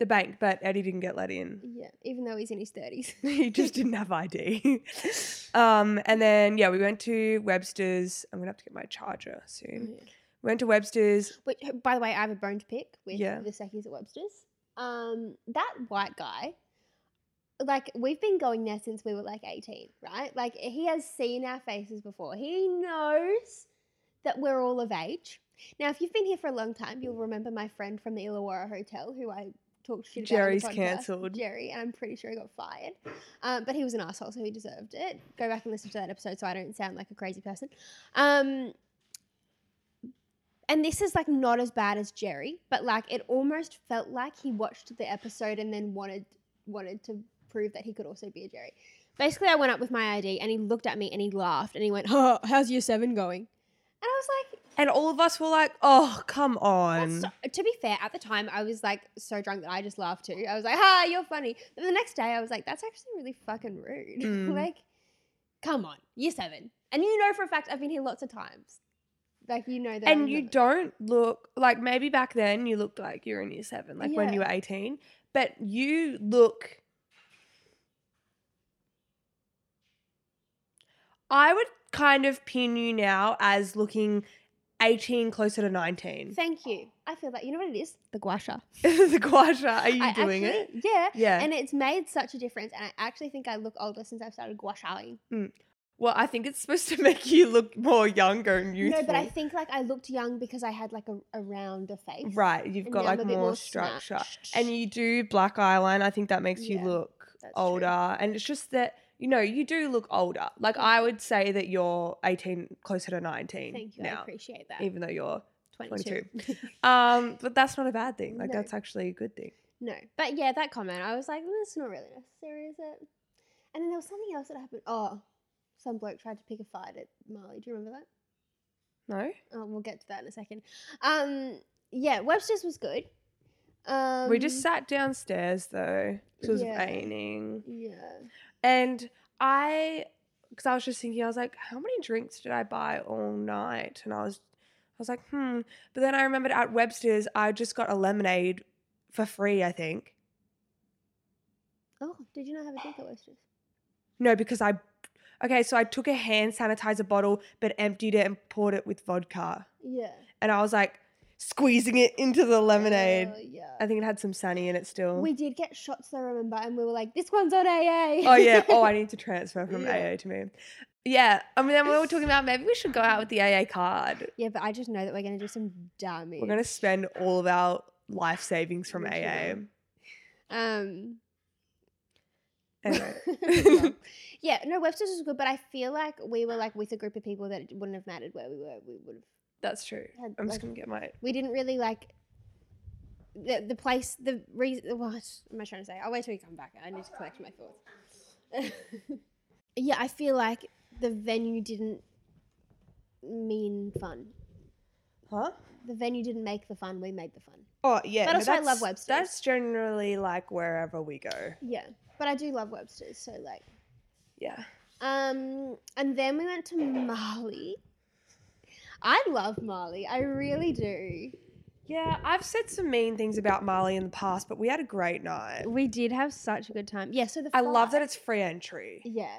S1: The bank, but Eddie didn't get let in.
S2: Yeah, even though he's in his thirties.
S1: he just didn't have ID. um, and then yeah, we went to Webster's. I'm gonna have to get my charger
S2: Mm-hmm.
S1: soon. Went to Webster's.
S2: Which, by the way, I have a bone to pick with
S1: Yeah.
S2: the Seckies at Webster's. Um, that white guy, like we've been going there since we were like eighteen, right? Like he has seen our faces before. He knows that we're all of age. Now, if you've been here for a long time, you'll remember my friend from the Illawarra Hotel, who I talked shit about. on the
S1: Jerry's
S2: podcast,
S1: cancelled.
S2: Jerry, and I'm pretty sure he got fired. Um, but he was an asshole, so he deserved it. Go back and listen to that episode, so I don't sound like a crazy person. Um, and this is like not as bad as Jerry, but like it almost felt like he watched the episode and then wanted wanted to prove that he could also be a Jerry. Basically, I went up with my ID and he looked at me and he laughed and he went, "Oh, how's year seven going?" And I was like,
S1: And all of us were like, oh, come on.
S2: that's so- to be fair, at the time I was like so drunk that I just laughed too. I was like, "Ha, you're funny." But the next day I was like, "That's actually really fucking rude."
S1: Mm.
S2: like, come on, year seven, and you know for a fact I've been here lots of times. Like you know that, I'm
S1: and you
S2: not-
S1: don't look like maybe back then you looked like you're in year seven, like when you
S2: Yeah.
S1: were 18, but you look. I would kind of pin you now as looking 18 closer to 19.
S2: Thank you. I feel that. You know what it is? The guasha.
S1: the guasha, are you
S2: I
S1: doing it?
S2: actually- Yeah.
S1: Yeah.
S2: And it's made such a difference. And I actually think I look older since I've started gua shaing.
S1: well, I think it's supposed to make you look more younger and youthful.
S2: No, but I think like I looked young because I had like a, a rounder face.
S1: Right, you've
S2: And
S1: got
S2: now I'm
S1: like
S2: a bit
S1: more,
S2: more
S1: structure.
S2: snatched.
S1: And you do black eyeliner. I think that makes
S2: Yeah,
S1: you look
S2: that's true.
S1: older. And it's just that, you know, you do look older. Like I would say that you're 18, closer to 19
S2: Thank you. I
S1: now,
S2: appreciate that.
S1: even though you're.
S2: 22.
S1: Um, but that's not a bad thing. Like
S2: No.
S1: that's actually a good thing.
S2: no. But yeah, that comment, I was like, that's not really necessary, is it? And then there was something else that happened. Oh, some bloke tried to pick a fight at Marley. Do you remember that?
S1: No,
S2: Oh, we'll get to that in a second. Um, yeah, Webster's was good. Um,
S1: we just sat downstairs though. 'cause It was
S2: yeah.
S1: raining,
S2: Yeah.
S1: and I, because I was just thinking, I was like, how many drinks did I buy all night? And I was I was like, hmm. But then I remembered at Webster's, I just got a lemonade for free, I think.
S2: Oh, did you not have a drink at Webster's?
S1: No, because I, okay, so I took a hand sanitizer bottle, but emptied it and poured it with vodka.
S2: Yeah.
S1: And I was like, squeezing it into the lemonade.
S2: Oh, yeah.
S1: I think it had some Sunny in it still.
S2: We did get shots, though, remember, and we were like, this one's on AA.
S1: oh, yeah. Oh, I need to transfer from
S2: Yeah.
S1: AA to me. Yeah. I mean, then we were talking about maybe we should go out with the AA card.
S2: yeah, but I just know that we're going to do some damage.
S1: We're going to spend all of our life savings from AA.
S2: Literally. Um,
S1: Anyway.
S2: well, yeah, no, Webster's was good, but I feel like we were like with a group of people that it wouldn't have mattered where we were. We would have.
S1: That's true.
S2: Had,
S1: I'm just
S2: like-
S1: going to get my
S2: We didn't really like. The, the place, the reason, what am I trying to say? I'll wait till you come back. I need to collect my thoughts. yeah, I feel like the venue didn't mean fun.
S1: Huh?
S2: The venue didn't make the fun, we made the fun.
S1: Oh yeah,
S2: But
S1: no,
S2: also I love
S1: that's-
S2: Webster's.
S1: That's generally like wherever we go.
S2: Yeah, but I do love Webster's, so like.
S1: Yeah.
S2: Um, and then we went to Mali. I love Mali. I really do.
S1: Yeah, I've said some mean things about Mali in the past, but we had a great night.
S2: We did have such a good time. Yeah, so the
S1: I love that
S2: fight-
S1: it's free entry.
S2: Yeah,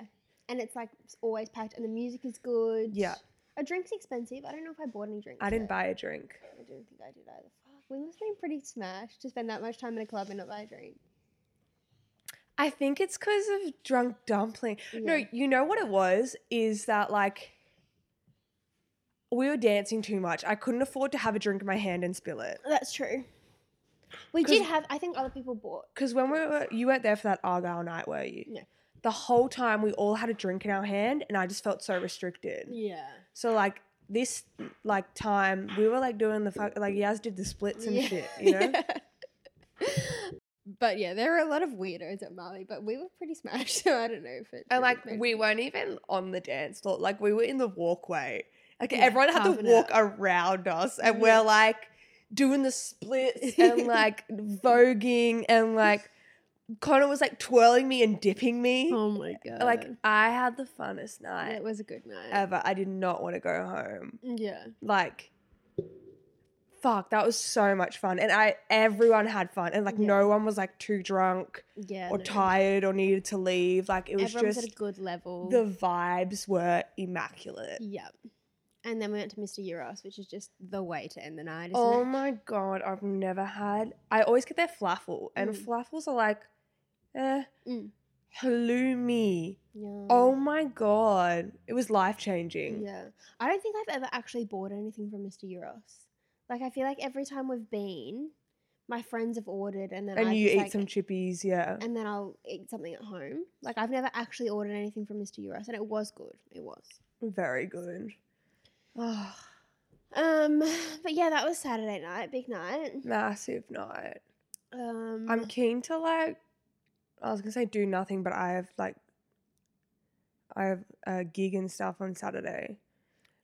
S2: and it's like it's always packed, and the music is good.
S1: Yeah.
S2: A drink's expensive. I don't know if I bought any drinks.
S1: I didn't
S2: though.
S1: buy a drink.
S2: I don't think I did either. Fuck. We must have been pretty smashed to spend that much time in a club and not buy a drink.
S1: I think it's because of drunk dumpling. No,
S2: Yeah.
S1: you know what it was is that like we were dancing too much. I couldn't afford to have a drink in my hand and spill it.
S2: That's true. We
S1: 'Cause-
S2: did have. I think other people bought.
S1: Because when we were, you weren't there for that Argyle night, were you?
S2: No.
S1: The whole time we all had a drink in our hand, and I just felt so restricted.
S2: Yeah.
S1: So like this like time we were like doing the fuck like Yaz did the splits and shit, you know?
S2: But yeah, there were a lot of weirdos at Mali, but we were pretty smashed, so I don't know if it.
S1: And like
S2: really
S1: we weren't even on the dance floor. Like we were in the walkway. Like
S2: Yeah,
S1: everyone had to
S2: carving
S1: walk
S2: out.
S1: around us and
S2: Yeah.
S1: we're like doing the splits and like voguing and like Connor was like twirling me and dipping me.
S2: mattered. Oh my god!
S1: Like I had the funnest
S2: Yeah,
S1: night
S2: it was a good night.
S1: ever. I did not want to go home.
S2: yeah,
S1: like fuck that was so much fun and i everyone had fun and like
S2: Yeah.
S1: no one was like too drunk
S2: yeah.
S1: or
S2: no.
S1: tired or needed to leave like it was
S2: Everyone was at a
S1: just
S2: good level.
S1: the vibes were immaculate
S2: yep. And then we went to Mr. Euros, which is just the way to end the night. Isn't
S1: oh
S2: it?
S1: my god i've never had i always get their flaffle and
S2: Mm.
S1: flaffles are like eh
S2: Mm.
S1: halloumi
S2: Yeah.
S1: oh my god it was life changing
S2: Yeah. I don't think I've ever actually bought anything from Mr. Euros. Like I feel like every time we've been, my friends have ordered, and then
S1: and
S2: I've
S1: you
S2: just,
S1: eat
S2: like,
S1: some chippies yeah
S2: and then I'll eat something at home. Like I've never actually ordered anything from Mr. Euros, and it was good. It was.
S1: very good
S2: Um, but yeah, that was Saturday night, big night.
S1: Massive night.
S2: Um,
S1: I'm keen to like. I was gonna say do nothing, but I have like. I have a gig and stuff on Saturday,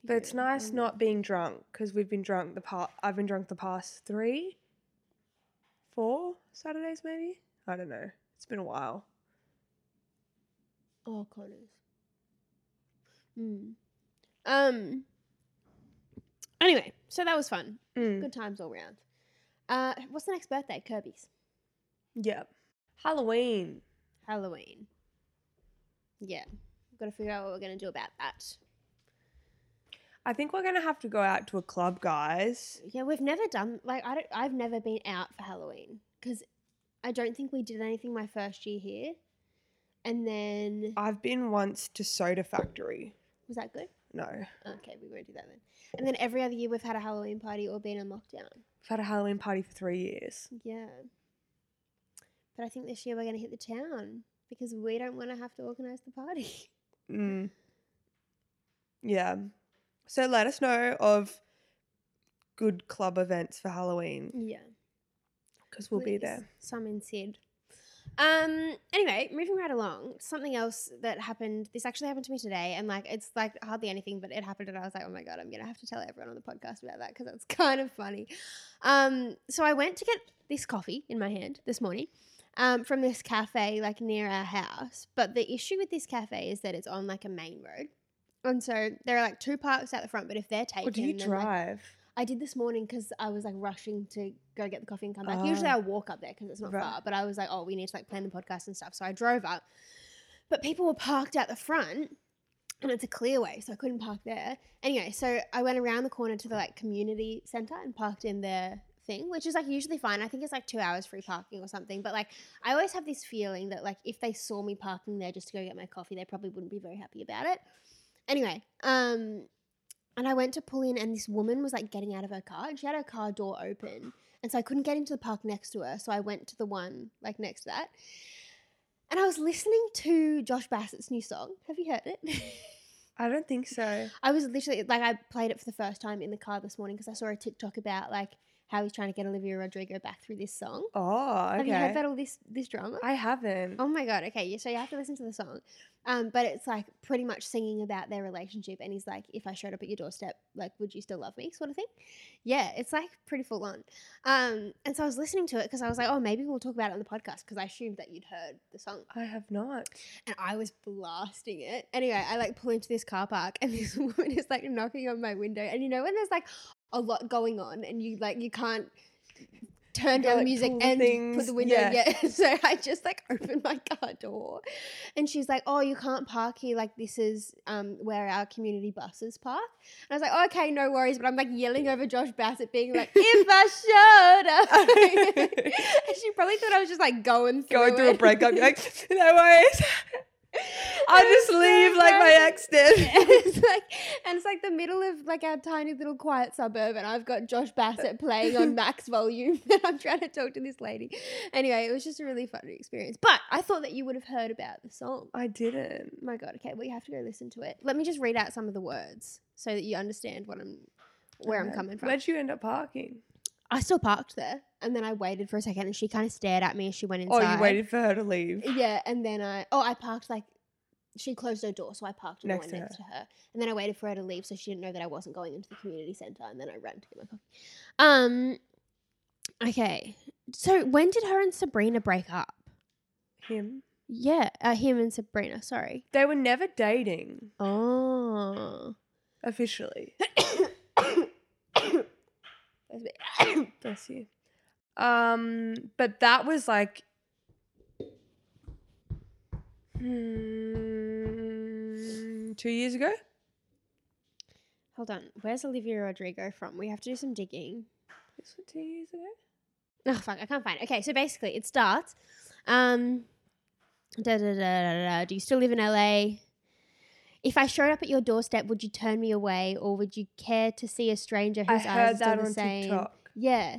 S1: but it's
S2: yeah,
S1: nice
S2: um,
S1: not being drunk because we've been drunk the past. I've been drunk the past three, four Saturdays maybe. I don't know. It's been a while.
S2: Oh, Connors. Mm. Um. Anyway, so that was fun.
S1: Mm.
S2: Good times all round. Uh, what's the next birthday? Kirby's
S1: Yeah. Halloween.
S2: Halloween. Yeah, got to figure out what we're gonna do about that.
S1: I think we're gonna have to go out to a club, guys.
S2: Yeah, we've never done like I don't. I've never been out for Halloween because I don't think we did anything my first year here. And then
S1: I've been once to Soda Factory.
S2: was that good?
S1: No. We've
S2: Okay, we won't do that then. And then every other year we've had a Halloween party or been on lockdown.
S1: had a Halloween party for three years.
S2: Yeah. But I think this year we're going to hit the town because we don't want to have to organise the party.
S1: Mm. Yeah. So let us know of good club events for Halloween
S2: Yeah.
S1: because we'll be there.
S2: Some in Sid. Um, anyway, moving right along, something else that happened. This actually happened to me today, and like it's like hardly anything, but it happened, and I was like, oh my god, I'm gonna have to tell everyone on the podcast about that because that's kind of funny. Um, so I went to get this coffee in my hand this morning. Um, from this cafe like near our house but the issue with this cafe is that it's on like a main road and so there are like two parks out the front but if they're taken
S1: Or do Oh, you
S2: then, like,
S1: drive?
S2: I did this morning because I was like rushing to go get the coffee and come back.
S1: Ah.
S2: Usually I walk up there because it's not
S1: Right.
S2: far, but I was like, oh, we need to like plan the podcast and stuff. So I drove up, but people were parked out the front and it's a clear way, so I couldn't park there. Anyway, so I went around the corner to the like community center and parked in their thing, which is like usually fine. I think it's like two hours free parking or something, but like I always have this feeling that like if they saw me parking there just to go get my coffee, they probably wouldn't be very happy about it. Anyway, um, and I went to pull in, and this woman was like getting out of her car, and she had her car door open, and so I couldn't get into the park next to her. So I went to the one like next to that, and I was listening to Josh Bassett's new song. Have you heard it?
S1: I don't think so.
S2: I was literally like, I played it for the first time in the car this morning because I saw a TikTok about like how he's trying to get Olivia Rodrigo back through this song.
S1: Oh, okay.
S2: Have you heard about all this this drama?
S1: I haven't.
S2: Oh my god! Okay, yeah, so you have to listen to the song, um, but it's like pretty much singing about their relationship, and he's like, "If I showed up at your doorstep, like, would you still love me?" Sort of thing. Yeah, it's like pretty full on. Um, and so I was listening to it because I was like, "Oh, maybe we'll talk about it on the podcast," because I assumed that you'd heard the song,
S1: I have not.
S2: and I was blasting it. Anyway, I like pull into this car park, and this woman is like knocking on my window, and you know when there's like a lot going on, and you like you can't.
S1: gotta,
S2: Turn down the
S1: like,
S2: music
S1: pull the
S2: and put
S1: things-
S2: the window.
S1: yeah.
S2: yeah. So I just like opened my car door and she's like, "Oh, you can't park here. Like this is um, where our community buses park." And I was like, oh, "Okay, no worries." But I'm like yelling over Josh Bassett, being like, "If I showed up," and she probably thought I was just like going through
S1: Going through a
S2: it.
S1: breakup, you're like, no worries. I
S2: It was
S1: just
S2: so
S1: leave like my
S2: embarrassing.
S1: ex did.
S2: and it's like, and it's like the middle of like our tiny little quiet suburb, and I've got Josh Bassett playing on max volume, and I'm trying to talk to this lady. Anyway, it was just a really fun experience. But I thought that you would have heard about the song. Oh
S1: I didn't.
S2: my god okay well you have to go listen to it let me just read out some of the words so that you understand what i'm where i'm
S1: Okay.
S2: coming from
S1: Uh, Where'd you end up parking?
S2: i still parked there and then i waited for a second and she kind of stared at me as she went inside
S1: Oh, you waited for her to leave.
S2: yeah and then i oh i parked like she closed her door so i parked in the
S1: Next
S2: one
S1: to
S2: next to her and then i waited for her to leave so she didn't know that i wasn't going into the community center and then i ran to get my coffee um okay so when did her and sabrina break up
S1: Him.
S2: yeah uh, him and sabrina sorry
S1: They were never dating
S2: oh
S1: officially. Bless you. Um, but that was like. Hmm, two years ago?
S2: Hold on. Where's Olivia Rodrigo from? We have to do some digging.
S1: This was two years ago?
S2: Oh fuck, I can't find it. Okay, so basically it starts. Um da, da, da, da, da. Do you still live in LA? If I showed up at your doorstep, would you turn me away or would you care to see a stranger
S1: I
S2: whose eyes are
S1: heard
S2: still
S1: that
S2: the
S1: on
S2: same?
S1: TikTok.
S2: Yeah.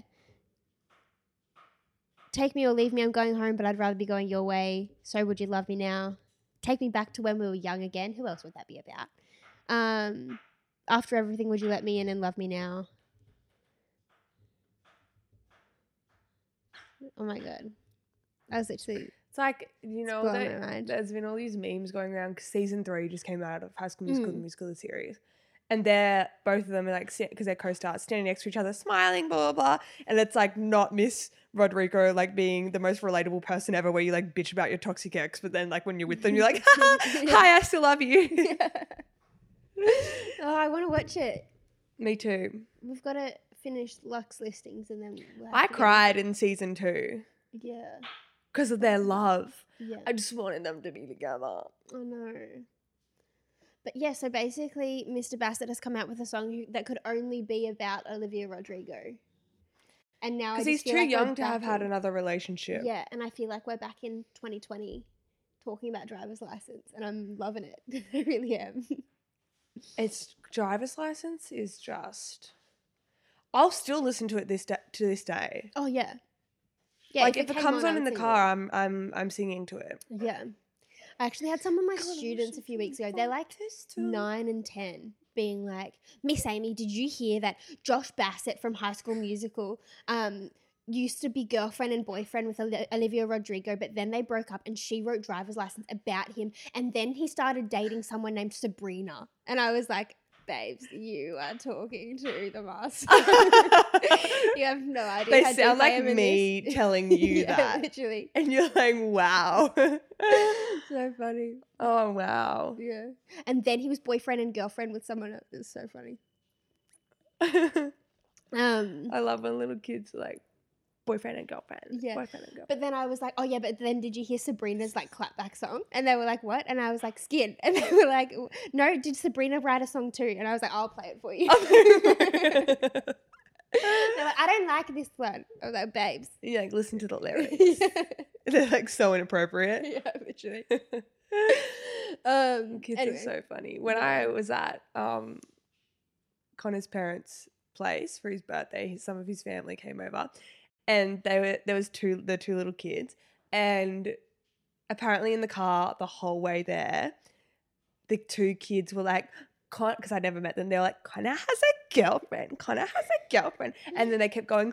S2: Take me or leave me, I'm going home, but I'd rather be going your way. So would you love me now? Take me back to when we were young again. Who else would that be about? Um After everything, would you let me in and love me now? Oh my god, I was literally
S1: It's like you know,
S2: blowing
S1: there-
S2: my mind.
S1: there's been all these memes going around because season three just came out of High School Musical,
S2: Mm.
S1: the musical, the series, and they're both of them are like because they're co-stars standing next to each other, smiling, blah blah blah, and it's like not Miss Rodrigo like being the most relatable person ever, where you like bitch about your toxic ex, but then like when you're with them, you're like, hi, I still love you.
S2: oh, I want to watch it.
S1: Me too.
S2: We've got to finish Lux listings and then we'll have
S1: I
S2: to go-
S1: cried in season two
S2: Yeah,
S1: because of their love.
S2: yeah.
S1: I just wanted them to be together.
S2: I know. But yeah, so basically, Mr. Bassett has come out with a song who, that could only be about Olivia Rodrigo. And now I
S1: Because he's
S2: just feel
S1: too
S2: like we're
S1: young to have
S2: back
S1: had
S2: in-
S1: another relationship.
S2: Yeah, and I feel like we're back in 2020 talking about driver's license, and I'm loving it. I really am.
S1: It's driver's license is just. I'll still listen to it this da- to this day.
S2: Oh yeah, yeah.
S1: like if it
S2: came
S1: comes on
S2: I'd
S1: in the
S2: sing it.
S1: car, I'm I'm I'm singing to it.
S2: Yeah, I actually had some of my
S1: God, I wish
S2: students a
S1: I
S2: few weeks
S1: could
S2: ago. They're
S1: find
S2: like
S1: this too.
S2: nine and ten being like miss amy did you hear that josh bassett from high school musical um, used to be girlfriend and boyfriend with Oli- olivia rodrigo but then they broke up and she wrote driver's license about him and then he started dating someone named sabrina and i was like babes you are talking to the master you have no idea
S1: They
S2: how deep
S1: sound
S2: I
S1: like
S2: am in
S1: me
S2: this.
S1: telling you
S2: Yeah,
S1: that,
S2: literally
S1: and you're like, wow,
S2: so funny
S1: oh wow.
S2: yeah and then he was boyfriend and girlfriend with someone else it's so funny
S1: I
S2: um
S1: love when little kids are like boyfriend and girlfriend.
S2: Yeah.
S1: boyfriend and girlfriend.
S2: But then I was like, oh yeah, but then did you hear Sabrina's like clapback song? And they were like, what? And I was like, skin. And they were like, no, did Sabrina write a song too? And I was like, I'll play it for you. They're like, I don't like this one. I was like, babes.
S1: you like listen to the lyrics.
S2: yeah,
S1: They're like so inappropriate.
S2: literally. Um,
S1: Kids
S2: anyway.
S1: are so funny. When I was at um, Connor's parents' place for his birthday, his, some of his family came over, and they were there was two the two little kids, and apparently in the car the whole way there, the two kids were like. Because I never met them, they were like, Connor has a girlfriend. Connor has a girlfriend. And then they kept going,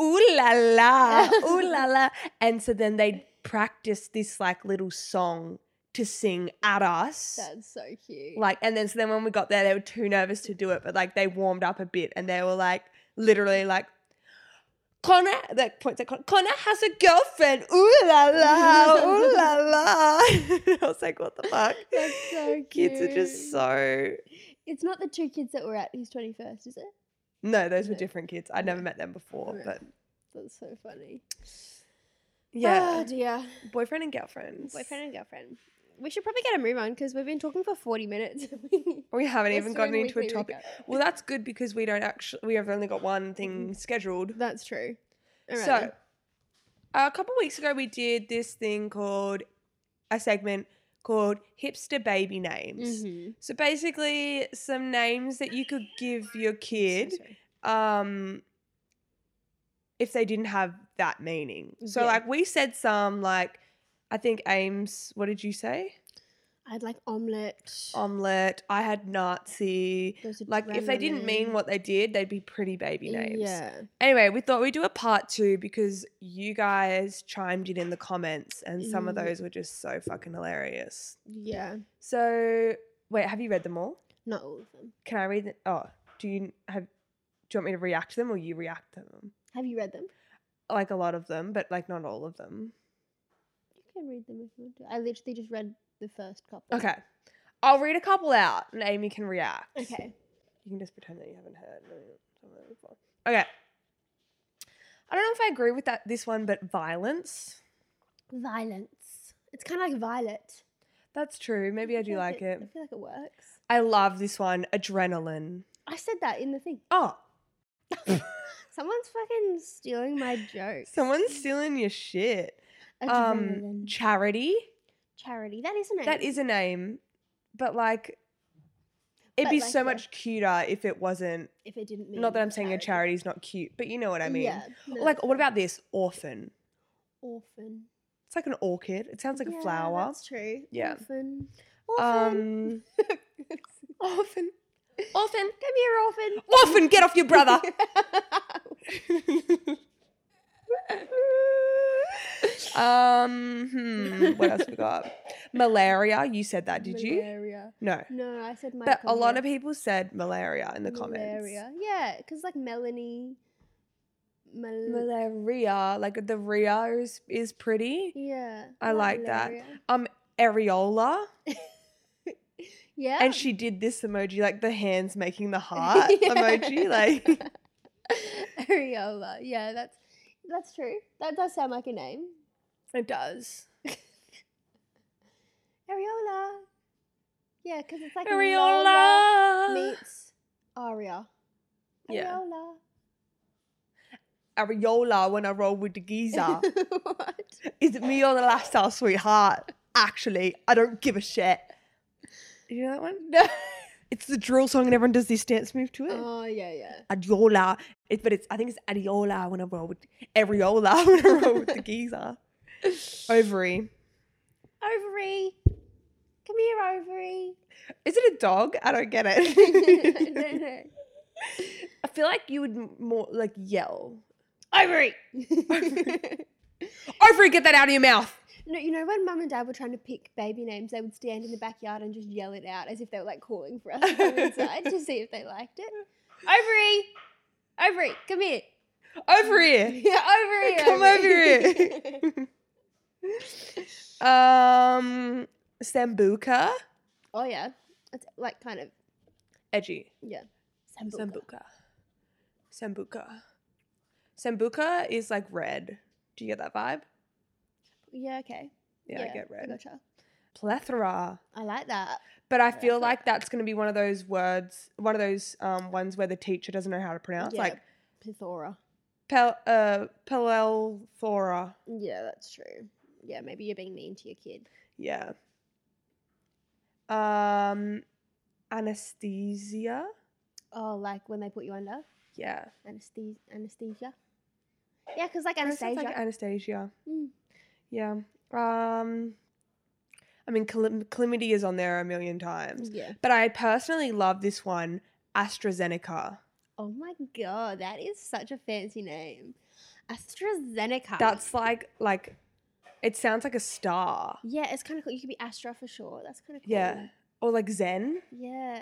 S1: ooh la la, ooh la la. And so then they practiced this like little song to sing at us.
S2: That's so cute.
S1: like, and then so then when we got there, they were too nervous to do it, but like they warmed up a bit and they were like literally like, Connor, that points at Connor, Connor has a girlfriend. Ooh la la, ooh la la. I was like, what the fuck?
S2: That's so
S1: Kids are just
S2: cute.
S1: so.
S2: it's not the two kids that were at his 21st, is it?
S1: No, those were
S2: No.
S1: different kids. I'd never
S2: No.
S1: met them before,
S2: Okay.
S1: but
S2: That's so funny. Oh
S1: yeah.
S2: dear.
S1: Boyfriend and girlfriends.
S2: Ah. Boyfriend and girlfriend. We should probably get a move on because we've been talking for 40 minutes.
S1: We haven't
S2: We're
S1: even
S2: still
S1: gotten
S2: in
S1: into a
S2: weekly
S1: topic.
S2: recap.
S1: Well, that's good because we don't actually, we have only got one
S2: Mm-hmm.
S1: thing scheduled.
S2: That's true. Alright
S1: So,
S2: then.
S1: a couple weeks ago, we did this thing called a segment called Hipster Baby Names.
S2: Mhm.
S1: So, basically, some names that you could give your kid
S2: So sorry.
S1: um, if they didn't have that meaning. So,
S2: Yeah.
S1: like, we said some, like, I think Ames, what did you say?
S2: I'd like omelette.
S1: Omelette. I had Nazi.
S2: Those are
S1: Like, if they didn't mean
S2: random
S1: what they did, they'd be pretty baby names.
S2: Yeah.
S1: Anyway, we thought we'd do a part two because you guys chimed in in the comments and some of
S2: Mm.
S1: those were just so fucking hilarious.
S2: Yeah.
S1: So, wait, have you read them all?
S2: Not all of them.
S1: Can I read them? Oh, do you have, do you want me to react to them or you react to them?
S2: Have you read them?
S1: Like a lot of them, but like not all of them.
S2: You can read them if you want to. I literally just read the first couple.
S1: Okay. I'll read a couple out and Amy can react.
S2: Okay.
S1: You can just pretend that you haven't heard some of them before. Okay. I don't know if I agree with that this one, but violence.
S2: Violence. It's kind of like violet.
S1: That's true. Maybe I
S2: feel
S1: do like it.
S2: I feel like it works.
S1: I love this one, adrenaline.
S2: I said that in the thing.
S1: Oh,
S2: Someone's fucking stealing my joke.
S1: someone's stealing your shit. Um, charity.
S2: charity. That is isn't it.
S1: That is a name, but like, it'd
S2: But,
S1: be
S2: like,
S1: so
S2: yeah.
S1: much cuter if it wasn't.
S2: If it didn't mean.
S1: Not that I'm saying a charity's not cute, but you know what I mean.
S2: Yeah, no,
S1: Like, what about this orphan?
S2: orphan?
S1: It's like an orchid. It sounds like
S2: Yeah,
S1: a flower. Um,
S2: That's true.
S1: Yeah.
S2: Orphan.
S1: Um, orphan. Orphan.
S2: Come here, orphan.
S1: Orphan, get off your brother. um, hmm, what else we got? Malaria. You said that, did you?
S2: Malaria.
S1: No.
S2: No, I said my.
S1: But a lot of people said malaria in the comments.
S2: Malaria. Yeah, because like Melanie. Mal-
S1: Malaria, like the Ria is, is pretty.
S2: yeah.
S1: I like that.
S2: malaria.
S1: Um, areola,
S2: Yeah.
S1: and she did this emoji, like the hands making the heart
S2: Yeah.
S1: emoji, like
S2: Areola. Yeah, that's that's true. That does sound like a name.
S1: it does.
S2: Areola. Yeah, because it's like
S1: Areola.
S2: Lola meets Aria.
S1: Yeah.
S2: Areola.
S1: Areola when I roll with the geezer.
S2: what?
S1: Is it me or the lifestyle, sweetheart? Actually, I don't give a shit. You know that one? No. It's the drill song and everyone does this dance move to it.
S2: Oh yeah, yeah.
S1: Adiola. It, but it's I think it's Adiola when I roll with Areola when I roll with the geezer. Ovary.
S2: Ovary. Come here, ovary.
S1: Is it a dog? I don't get
S2: no,
S1: it.
S2: no.
S1: I feel like you would m- more like yell.
S2: Ovary.
S1: Ovary, get that out of your mouth.
S2: no, you know when mum and dad were trying to pick baby names, they would stand in the backyard and just yell it out as if they were like calling for us to come inside to see if they liked it. Ovary. Ovary, come here.
S1: Ovary.
S2: Yeah, over here.
S1: Come over Um Sambuca.
S2: oh yeah, it's like kind of
S1: Edgy.
S2: yeah. Sambuca.
S1: Sambuca. Sambuca. Sambuca is like red. Do you get that vibe?
S2: Yeah, okay.
S1: Yeah, I get red.
S2: Gotcha.
S1: Plethora.
S2: I like that.
S1: But I feel like that's going to be one of those words, one of those um, ones where the teacher doesn't know how to pronounce,
S2: Yeah.
S1: like
S2: Plethora.
S1: pel- uh, pelelthora.
S2: Yeah, that's true. Yeah, maybe you're being mean to your kid.
S1: Yeah. Um, anesthesia.
S2: Oh, like when they put you under
S1: Yeah.
S2: anesthesia. Anesthesia. Yeah, because like
S1: I guess it's
S2: anesthesia.
S1: Like anesthesia.
S2: Mm.
S1: Yeah. Um, I mean, chlam- chlamydia is on there a million times.
S2: Mm, yeah.
S1: But I personally love this one, AstraZeneca.
S2: Oh my god, that is such a fancy name. AstraZeneca.
S1: That's like like it sounds like a star.
S2: yeah. It's kind of cool. You could be Astra for sure. That's kind of cool.
S1: Yeah. Or like Zen.
S2: Yeah.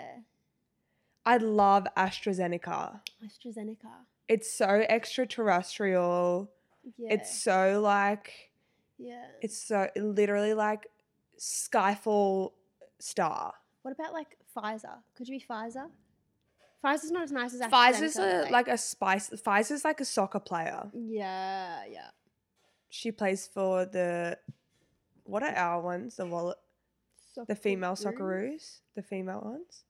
S1: I love AstraZeneca.
S2: AstraZeneca.
S1: It's so extraterrestrial.
S2: Yeah.
S1: It's so like
S2: yeah.
S1: it's so literally like Skyfall star.
S2: What about like Pfizer? Could you be Pfizer? Pfizer's not as nice as
S1: Pfizer's
S2: AstraZeneca,
S1: a, like a spice. Pfizer's like a soccer player.
S2: yeah, yeah.
S1: She plays for the what are our ones? The wallet, the female Socceroos, the female ones,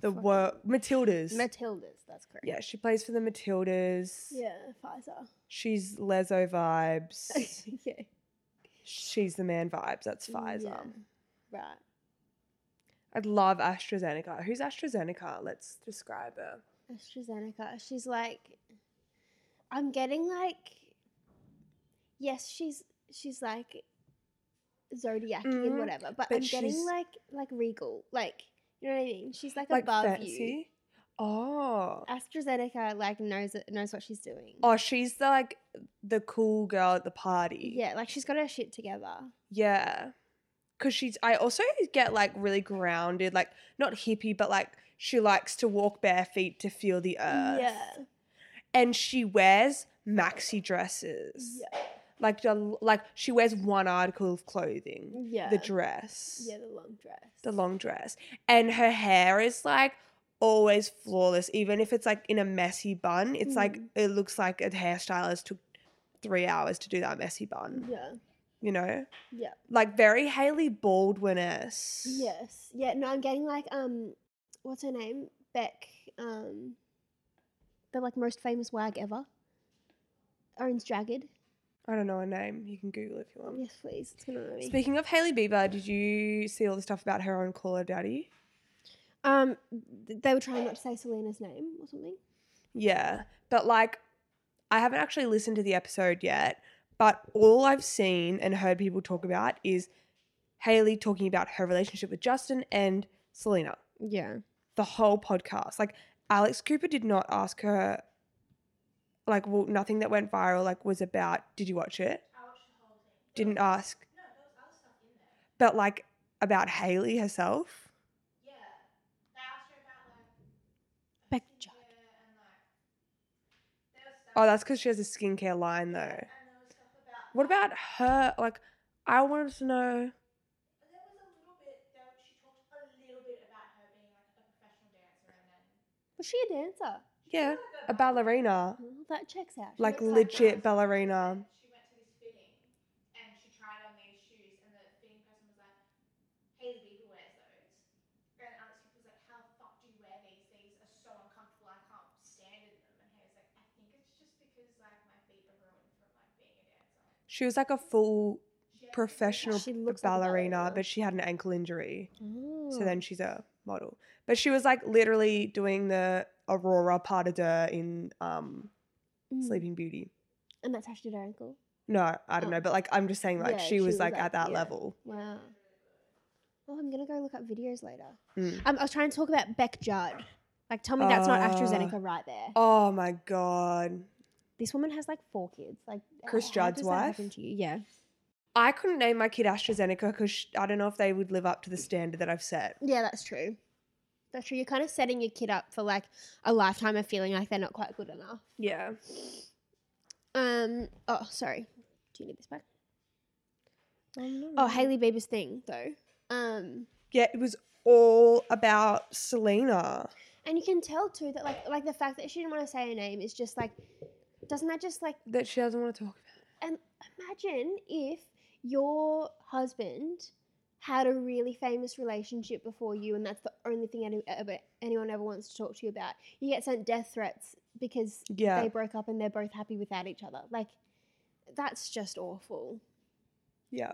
S1: the
S2: Fuck.
S1: wor- Matildas.
S2: Matildas, that's correct.
S1: yeah, she plays for the Matildas.
S2: Yeah, Pfizer.
S1: She's Lezo vibes.
S2: yeah.
S1: She's the man vibes. That's Pfizer.
S2: Yeah. Right.
S1: I'd love AstraZeneca. Who's AstraZeneca? Let's describe her.
S2: AstraZeneca. She's like I'm getting like yes, she's she's like zodiac
S1: Mhm,
S2: and whatever, but,
S1: but
S2: I'm getting
S1: she's-
S2: like like regal. Like you know what I mean? She's like,
S1: Like
S2: above you.
S1: fancy. Oh.
S2: AstraZeneca like knows it knows what she's doing.
S1: Oh, she's the, like the cool girl at the party.
S2: Yeah, like she's got her shit together.
S1: Yeah. Cause she's I also get like really grounded, like not hippie, but like she likes to walk bare feet to feel the earth.
S2: yeah.
S1: And she wears maxi dresses.
S2: Yeah.
S1: Like the, like she wears one article of clothing.
S2: Yeah.
S1: The dress.
S2: Yeah, the long dress.
S1: The long dress. And her hair is like always flawless. Even if it's like in a messy bun, it's like
S2: Mhm.
S1: it looks like a hairstylist took three hours to do that messy bun.
S2: Yeah.
S1: You know?
S2: Yeah.
S1: like very Haley Baldwin esque.
S2: Yes. Yeah. No, I'm getting like um, what's her name? Beck. Um, the like most famous wag ever. Orange Jagged.
S1: I don't know her name. You can Google if you want.
S2: Yes, please. It's gonna annoy me.
S1: Speaking of Haley Bieber, did you see all the stuff about her on Call Her Daddy?
S2: Um, th- they were trying not to say Selena's name or something.
S1: Yeah. But like, I haven't actually listened to the episode yet, but all I've seen and heard people talk about is Haley talking about her relationship with Justin and Selena.
S2: Yeah.
S1: the whole podcast. Like Alex Cooper did not ask her like well nothing that went viral like was about did you watch it? Didn't ask. But like about Haley herself.
S2: Beck Judd.
S1: Oh, that's because she has a skincare line though. What about her? Like, I wanted to know.
S2: Was she a dancer?
S1: Yeah, a ballerina,
S2: Well, that checks out. She
S1: like
S2: looks
S1: legit
S2: that.
S1: ballerina.
S4: she went to this fitting and she tried on these shoes and the fitting person was like, Hailey Bieber wears those. And Alex Cooper was like, How the fuck do you wear these? These are so uncomfortable, I can't stand in them. And Hailey's like, I think it's just because like my feet are ruined from like being a dancer.
S1: She was like a full professional
S2: She looks like a
S1: ballerina,
S2: ballerina.
S1: but she had an ankle injury. So
S2: Oh.
S1: then she's a model. But she was like literally doing the Aurora pas de deux in um,
S2: Mm.
S1: Sleeping Beauty.
S2: And that's how she did her ankle.
S1: No, I don't
S2: Oh.
S1: know, but like I'm just saying, like
S2: Yeah,
S1: she, was, like at that
S2: yeah.
S1: level.
S2: Wow. Oh, I'm gonna go look up videos later.
S1: Mm.
S2: Um, I was trying to talk about Beck Judd. Like, tell me that's not
S1: Uh,
S2: AstraZeneca right there.
S1: Oh my god,
S2: This woman has like four kids. Like, h-
S1: Chris
S2: how
S1: Judd's
S2: does that
S1: wife?
S2: happen to you? Yeah.
S1: I couldn't name my kid AstraZeneca because I don't know if they would live up to the standard that I've set.
S2: Yeah, that's true. That's true. You're kind of setting your kid up for like a lifetime of feeling like they're not quite good enough.
S1: Yeah.
S2: Um. Oh, sorry. Do you need this back?
S1: Oh,
S2: Oh, Haley Bieber's thing though. Um.
S1: yeah, it was all about Selena.
S2: And you can tell too that like like the fact that she didn't want to say her name is just like doesn't that just like
S1: That she doesn't want to talk about.
S2: and imagine if your husband had a really famous relationship before you and that's the only thing any, ever, anyone ever wants to talk to you about. You get sent death threats because
S1: Yeah.
S2: they broke up and they're both happy without each other. Like that's just awful.
S1: Yeah.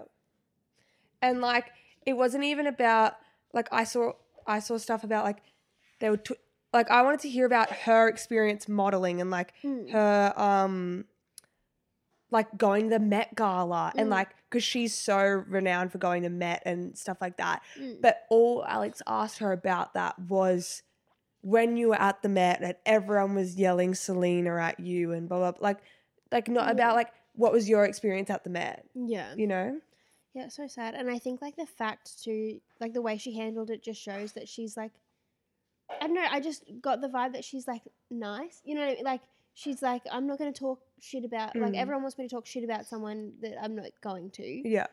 S1: And like it wasn't even about like I saw I saw stuff about like they were tw- like I wanted to hear about her experience modeling and like
S2: Mm.
S1: her um like going to the Met Gala and
S2: Mm.
S1: like cuz she's so renowned for going to Met and stuff like that.
S2: Mm.
S1: But all Alex asked her about that was when you were at the Met and everyone was yelling Selena at you and blah blah, blah. like like not
S2: Yeah.
S1: about like what was your experience at the Met,
S2: Yeah.
S1: you know?
S2: Yeah, it's so sad. And I think like the fact too, like the way she handled it just shows that she's like, I don't know. I just got the vibe that she's like nice. You know, what I mean? like she's like, I'm not gonna talk shit about. Like
S1: Mm.
S2: everyone wants me to talk shit about someone that I'm not going to.
S1: Yeah.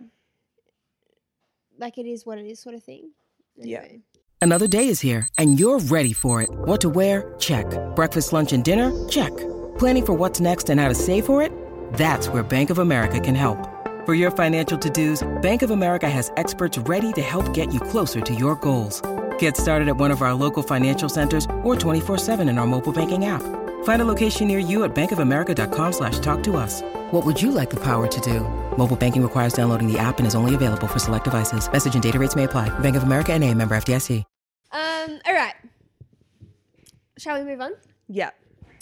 S2: Like it is what it is, sort of thing.
S1: Yeah.
S2: Anyway.
S5: Another day is here, and you're ready for it. What to wear? Check. Breakfast, lunch, and dinner? Check. Planning for what's next and how to save for it? That's where Bank of America can help. For your financial to dos, Bank of America has experts ready to help get you closer to your goals. Get started at one of our local financial centers or 24-7 in our mobile banking app. Find a location near you at bankofamerica.com slash talk to us. What would you like the power to do? Mobile banking requires downloading the app and is only available for select devices. Message and data rates may apply. Bank of America and a member FDIC.
S2: Um. All right. Shall we move on?
S1: Yeah.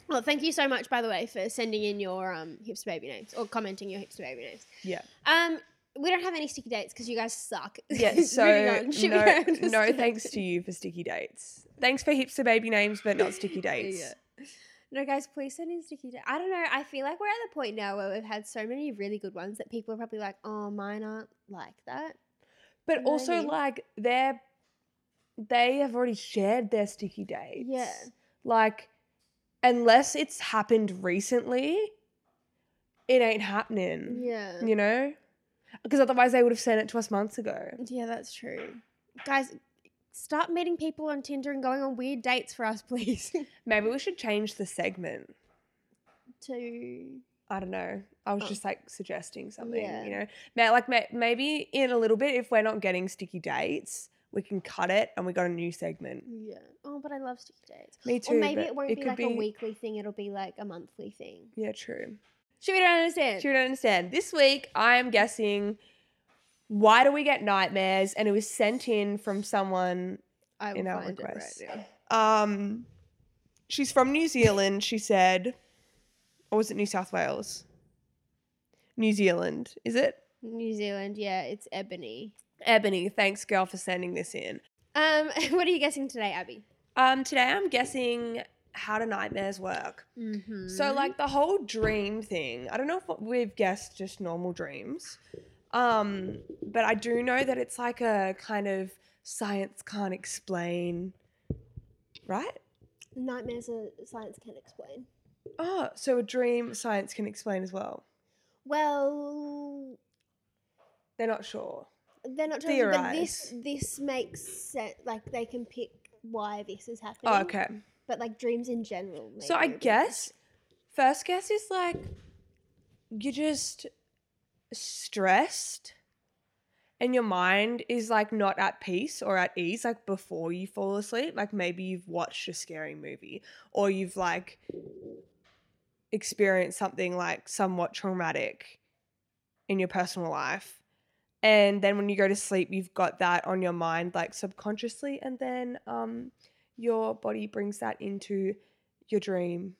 S2: Well, thank you so much, by the way, for sending in your um, hipster baby names or commenting your hipster baby names.
S1: Yeah.
S2: Um, we don't have any sticky dates because you guys suck.
S1: Yeah.
S2: Moving
S1: So
S2: on. Should we go
S1: no,
S2: on to
S1: no
S2: sticky
S1: thanks to you for sticky dates. Thanks for heaps of baby names, but not sticky dates.
S2: Yeah. No, guys, please send in sticky dates. I don't know. I feel like we're at the point now where we've had so many really good ones that people are probably like, oh, mine aren't like that.
S1: But
S2: No,
S1: also
S2: no.
S1: like they're they have already shared their sticky dates.
S2: Yeah.
S1: Like unless it's happened recently, it ain't happening.
S2: Yeah.
S1: You know? Because otherwise they would have sent it to us months ago.
S2: Yeah, that's true. Guys, start meeting people on Tinder and going on weird dates for us, please.
S1: Maybe we should change the segment.
S2: to.
S1: I don't know. I was
S2: Oh.
S1: just like suggesting something,
S2: Yeah.
S1: you know. May, like may, maybe in a little bit, if we're not getting sticky dates, we can cut it and we got a new segment.
S2: Yeah. Oh, but I love sticky dates.
S1: Me too.
S2: or maybe
S1: but
S2: it won't be
S1: could
S2: like a weekly thing, it'll be like a monthly thing.
S1: Yeah, true.
S2: Should we don't understand?
S1: Sure, don't understand. This week, I am guessing. Why do we get nightmares? And it was sent in from someone.
S2: I will
S1: in our
S2: find
S1: request.
S2: it right now.
S1: Um, she's from New Zealand. She said, or was it New South Wales? New Zealand, is it?
S2: New Zealand, yeah, it's Ebony.
S1: Ebony, thanks, girl, for sending this in.
S2: Um, what are you guessing today, Abby?
S1: Um, today I'm guessing how do nightmares work?
S2: Mm-hmm.
S1: So like the whole dream thing, I don't know if we've guessed just normal dreams. Um, but I do know that it's like a kind of science can't explain, right?
S2: nightmares are science can explain.
S1: Oh, so a dream science can explain as well.
S2: Well,
S1: They're not sure.
S2: they're not trying to, but this
S1: Theorise.
S2: this makes sense. Like they can pick why this is happening.
S1: Oh, okay.
S2: But like dreams in general.
S1: So
S2: maybe
S1: I
S2: would be-
S1: guess first guess is like you're just stressed and your mind is like not at peace or at ease like before you fall asleep like maybe you've watched a scary movie or you've like experienced something like somewhat traumatic in your personal life and then when you go to sleep you've got that on your mind like subconsciously and then um your body brings that into your dream.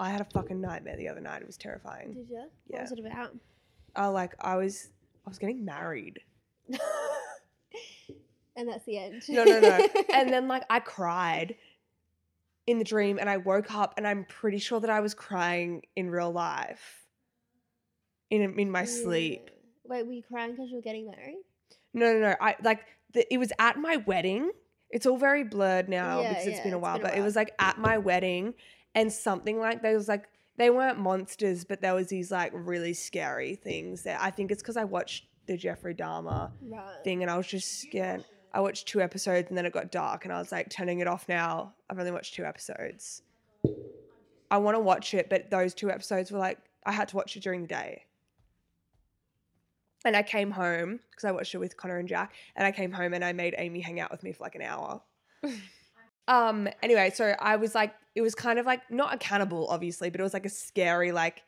S1: I had a fucking nightmare the other night. It was terrifying.
S2: Did you? What
S1: Yeah.
S2: was it about?
S1: Uh, like I was, I was getting married.
S2: and that's the end.
S1: No, no, no. and then like I cried in the dream, and I woke up, and I'm pretty sure that I was crying in real life, in in my sleep.
S2: Yeah. Wait, were you crying because you were getting married?
S1: No, no, no. I like the, it was at my wedding. It's all very blurred now
S2: Yeah,
S1: because it's
S2: yeah,
S1: been a
S2: it's
S1: while,
S2: been a
S1: but it
S2: while.
S1: was like at my wedding and something like there was like they weren't monsters, but there was these like really scary things that I think it's because I watched the Jeffrey Dahmer
S2: Right.
S1: thing and I was just scared. I watched two episodes and then it got dark and I was like turning it off now. I've only watched two episodes. I want to watch it, but those two episodes were like I had to watch it during the day. And I came home because I watched it with Connor and Jack, and I came home and I made Amy hang out with me for like an hour. um anyway, so I was like it was kind of like not accountable obviously, but it was like a scary like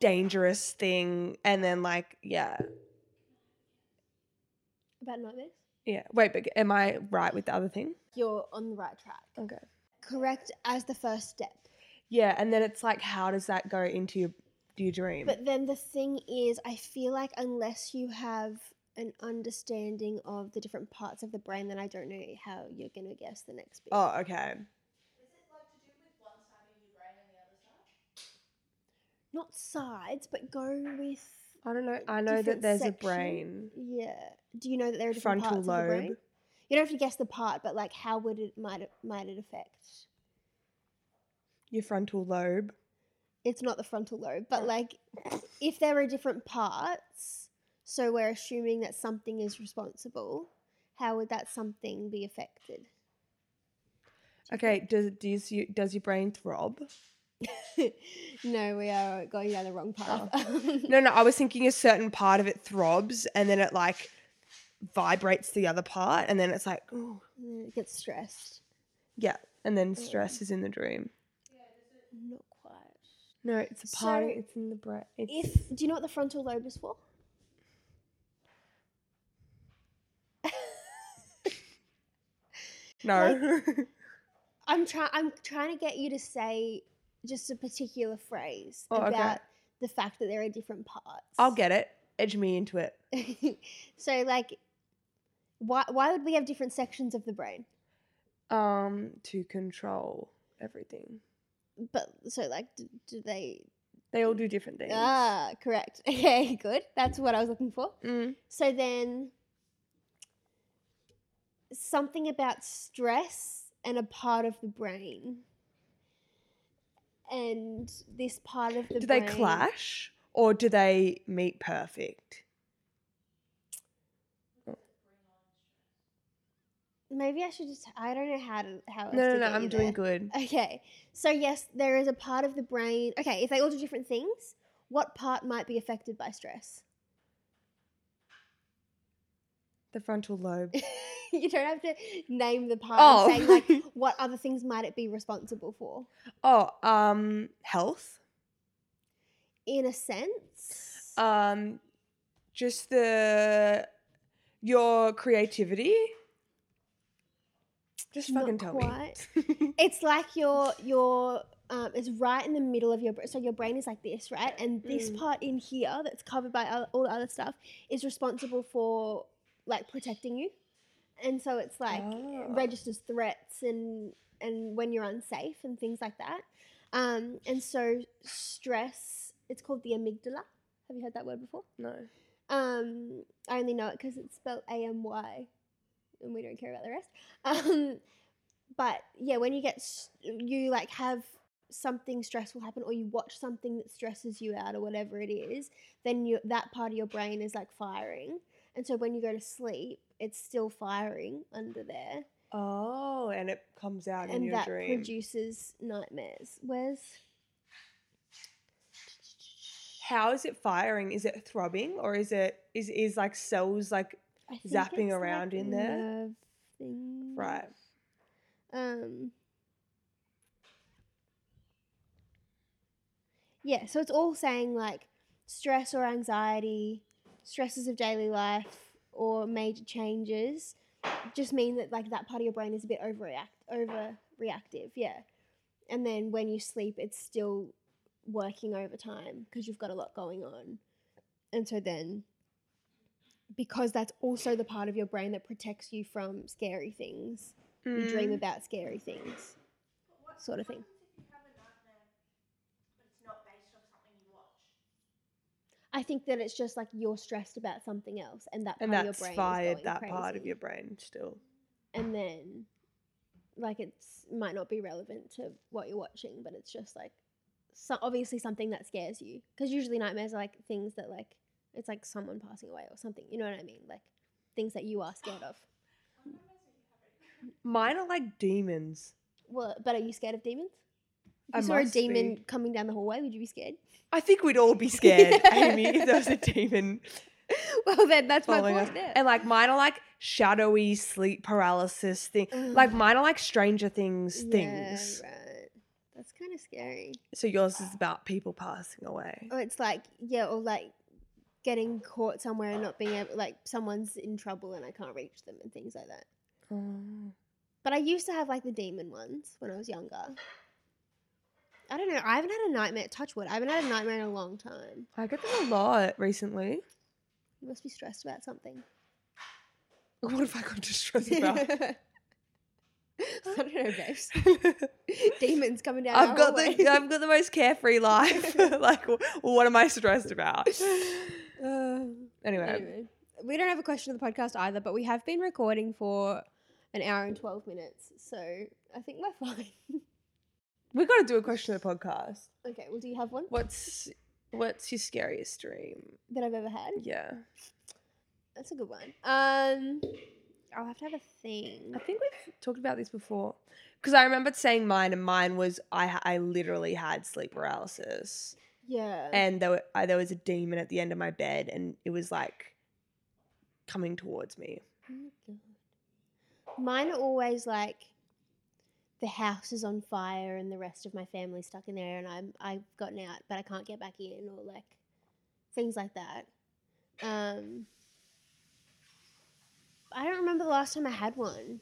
S1: dangerous thing and then like yeah,
S2: about nightmares?
S1: Yeah. Wait, but am I right with the other thing?
S2: You're on the right track.
S1: Okay.
S2: Correct as the first step.
S1: Yeah, and then it's like, how does that go into your your dream?
S2: But then the thing is, I feel like unless you have an understanding of the different parts of the brain, then I don't know how you're going to guess the next bit.
S1: oh, okay.
S2: Not sides, but go with.
S1: I don't know. I know that
S2: different
S1: there's
S2: section.
S1: a brain.
S2: Yeah. Do you know that there are different
S1: Frontal
S2: parts of the brain?
S1: lobe.
S2: You don't have to guess the part, but like, how would it might it, might it affect?
S1: Your frontal lobe.
S2: It's not the frontal lobe, but like, if there are different parts, so we're assuming that something is responsible. How would that something be affected?
S1: Okay. Does does you does your brain throb?
S2: no, we are going down the wrong path.
S1: No, no. I was thinking a certain part of it throbs, and then it like vibrates the other part, and then it's like, ooh,
S2: it gets stressed.
S1: yeah, and then stress is in the dream.
S2: Not quite.
S1: No, it's a part.
S2: So,
S1: it's in the brain. It's,
S2: If do you know what the frontal lobe is for?
S1: no.
S2: I'm trying. I'm trying to get you to say just a particular phrase
S1: Oh, okay.
S2: about the fact that there are different parts.
S1: I'll get it. Edge me into it.
S2: so like, why why would we have different sections of the brain?
S1: um to control everything.
S2: But so like, do, do they?
S1: They all do different things.
S2: Ah, correct. Okay, good. That's what I was looking for.
S1: Mm.
S2: So then, something about stress and a part of the brain. And this part of the
S1: Do they
S2: brain.
S1: clash or do they meet perfect?
S2: Maybe I should just. I don't know how to. How else
S1: No, no,
S2: to
S1: no.
S2: get
S1: I'm
S2: you
S1: doing
S2: there.
S1: good.
S2: Okay. So, yes, there is a part of the brain. Okay, if they all do different things, what part might be affected by stress?
S1: The frontal lobe.
S2: you don't have to name the part.
S1: Oh.
S2: I'm saying, like, what other things might it be responsible for?
S1: Oh, um, health.
S2: In a sense.
S1: Um, just the your creativity. Just
S2: Not
S1: fucking tell me.
S2: It's like your your um, it's right in the middle of your brain. So your brain is like this, right? And this part in here that's covered by all, all the other stuff is responsible for like protecting you and so it's like registers threats and and when you're unsafe and things like that. Um, and so stress, it's called the amygdala. Have you heard that word before?
S1: No.
S2: Um, I only know it because it's spelled A M Y, and we don't care about the rest. Um, but yeah, when you get s- you like have something stressful happen, or you watch something that stresses you out, or whatever it is, then you that part of your brain is like firing, and so when you go to sleep, it's still firing under there,
S1: Oh, and it comes out in
S2: and
S1: your
S2: that
S1: dream.
S2: produces nightmares. Where's
S1: How is it firing? Is it throbbing or is it is is like cells like
S2: I think
S1: Zapping
S2: it's, like,
S1: around in there?
S2: nerve thing.
S1: right?
S2: Um. Yeah, so it's all saying like stress or anxiety, stresses of daily life, or major changes, just mean that like that part of your brain is a bit overreact, overreactive. Yeah, and then when you sleep, it's still working overtime because you've got a lot going on, and so then because that's also the part of your brain that protects you from scary things you
S1: Mm.
S2: dream about scary things sort of thing i think that it's just like you're stressed about something else and that part
S1: And
S2: of your
S1: that's
S2: brain is
S1: fired
S2: going
S1: that part of
S2: crazy.
S1: your brain still.
S2: and then like it's might not be relevant to what you're watching but it's just like so obviously something that scares you because usually nightmares are like things that like it's like someone passing away or something you know what i mean like things that you are scared of
S1: Mine are like demons.
S2: well but are you scared of demons if
S1: I
S2: you saw a
S1: must
S2: demon
S1: be.
S2: coming down the hallway would you be scared
S1: I think we'd all be scared, Amy, if there was a demon
S2: well then that's my
S1: following
S2: point
S1: us.
S2: there
S1: And like mine are like shadowy sleep paralysis thing. Like mine are like Stranger Things things.
S2: Yeah, right. That's kind of scary.
S1: So yours is about people passing away.
S2: Or it's like, yeah, or like getting caught somewhere and not being able, like someone's in trouble and I can't reach them and things like that.
S1: Oh.
S2: But I used to have like the demon ones when I was younger. I don't know. I haven't had a nightmare. Touch wood. I haven't had a nightmare in a long time.
S1: I get them a lot recently.
S2: You must be stressed about something.
S1: What have I got to stress about?
S2: I don't know, babes. Demons coming down.
S1: I've
S2: our
S1: got
S2: hallway.
S1: the I've got the most carefree life. like, wh- what am I stressed about? Anyway,
S2: Uh, Anyway, we don't have a question of the podcast either, but we have been recording for an hour and 12 minutes. So I think we're fine.
S1: we got to do a question of the podcast.
S2: okay, well, do you have one
S1: What's what's your scariest dream?
S2: that I've ever had?
S1: Yeah,
S2: That's a good one. Um, I'll have to have a thing.
S1: I think we've talked about this before because I remembered saying mine, and mine was I ha- I literally had sleep paralysis,
S2: Yeah.
S1: and there were, I, there was a demon at the end of my bed, and it was like coming towards me.
S2: Oh my God. Mine are always like the house is on fire and the rest of my family's stuck in there and I'm I've gotten out but I can't get back in or like things like that. Um I don't remember the last time I had one.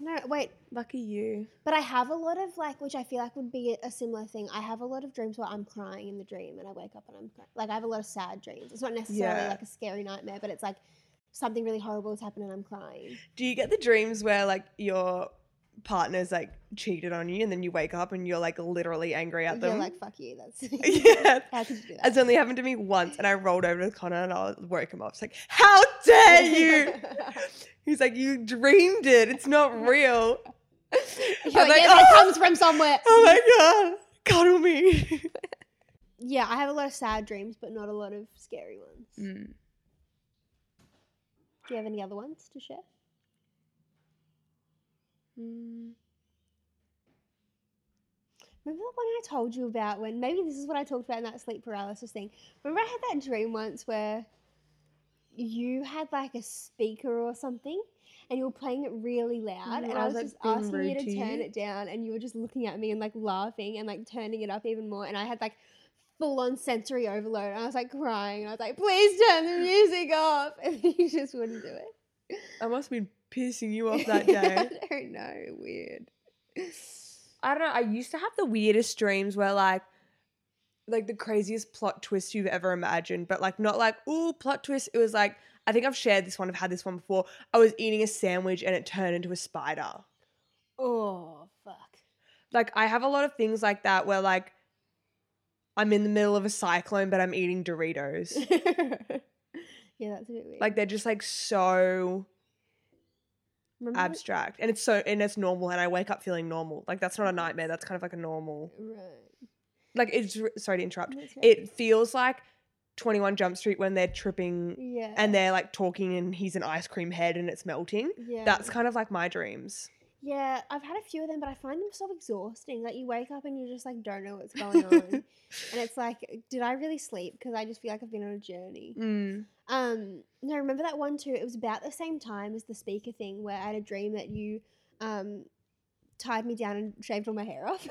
S2: No, wait,
S1: Lucky you.
S2: but I have a lot of like, which I feel like would be a similar thing. I have a lot of dreams where I'm crying in the dream and I wake up and I'm crying. like, I have a lot of sad dreams. It's not necessarily
S1: Yeah.
S2: like a scary nightmare, but it's like something really horrible has happened and I'm crying.
S1: Do you get the dreams where like your partner's like cheated on you and then you wake up and you're like literally angry at
S2: And You're
S1: them?
S2: like, fuck you. That's
S1: yeah.
S2: how could you do that?
S1: It's only happened to me once and I rolled over to Connor and I woke him up. It's like, how dare you? He's like, you dreamed it. It's not real. I'm
S2: You're like,
S1: like,
S2: yeah,
S1: oh,
S2: that comes from somewhere.
S1: oh my God. Cuddle me.
S2: Yeah, I have a lot of sad dreams, but not a lot of scary ones.
S1: Mm.
S2: Do you have any other ones to share?
S1: Mm.
S2: Remember the one I told you about when maybe this is what I talked about in that sleep paralysis thing. Remember I had that dream once where you had like a speaker or something and you were playing it really loud
S1: Mm,
S2: and
S1: I
S2: I
S1: was,
S2: was
S1: like,
S2: just
S1: being
S2: asking you
S1: rude
S2: to,
S1: to
S2: turn
S1: you.
S2: it down and you were just looking at me and like laughing and like turning it up even more and I had like full on sensory overload and I was like crying and I was like, please turn the music off and you just wouldn't do it.
S1: I must have been pissing you off that day.
S2: I don't know, weird.
S1: I don't know. I used to have the weirdest dreams where like like the craziest plot twist you've ever imagined, but like not like, ooh, plot twist. It was like, I think I've shared this one, I've had this one before. I was eating a sandwich and it turned into a spider.
S2: Oh fuck.
S1: Like I have a lot of things like that where like I'm in the middle of a cyclone, but I'm eating Doritos.
S2: yeah, that's a bit weird.
S1: like they're just like so Mm-hmm.
S2: Remember that-
S1: abstract. And it's so and it's normal and I wake up feeling normal. Like that's not a nightmare, that's kind of like a normal.
S2: Right.
S1: Like it's sorry to interrupt.
S2: That's right.
S1: It feels like 21 Jump Street when they're tripping
S2: Yeah.
S1: and they're like talking and he's an ice cream head and it's melting.
S2: yeah.
S1: That's kind of like my dreams.
S2: Yeah, I've had a few of them, but I find them so exhausting. Like you wake up and you just like don't know what's going on, and it's like, did I really sleep? Because I just feel like I've been on a journey.
S1: Mm.
S2: Um, no, remember that one too. It was about the same time as the speaker thing, where I had a dream that you, um, tied me down and shaved all my hair off. do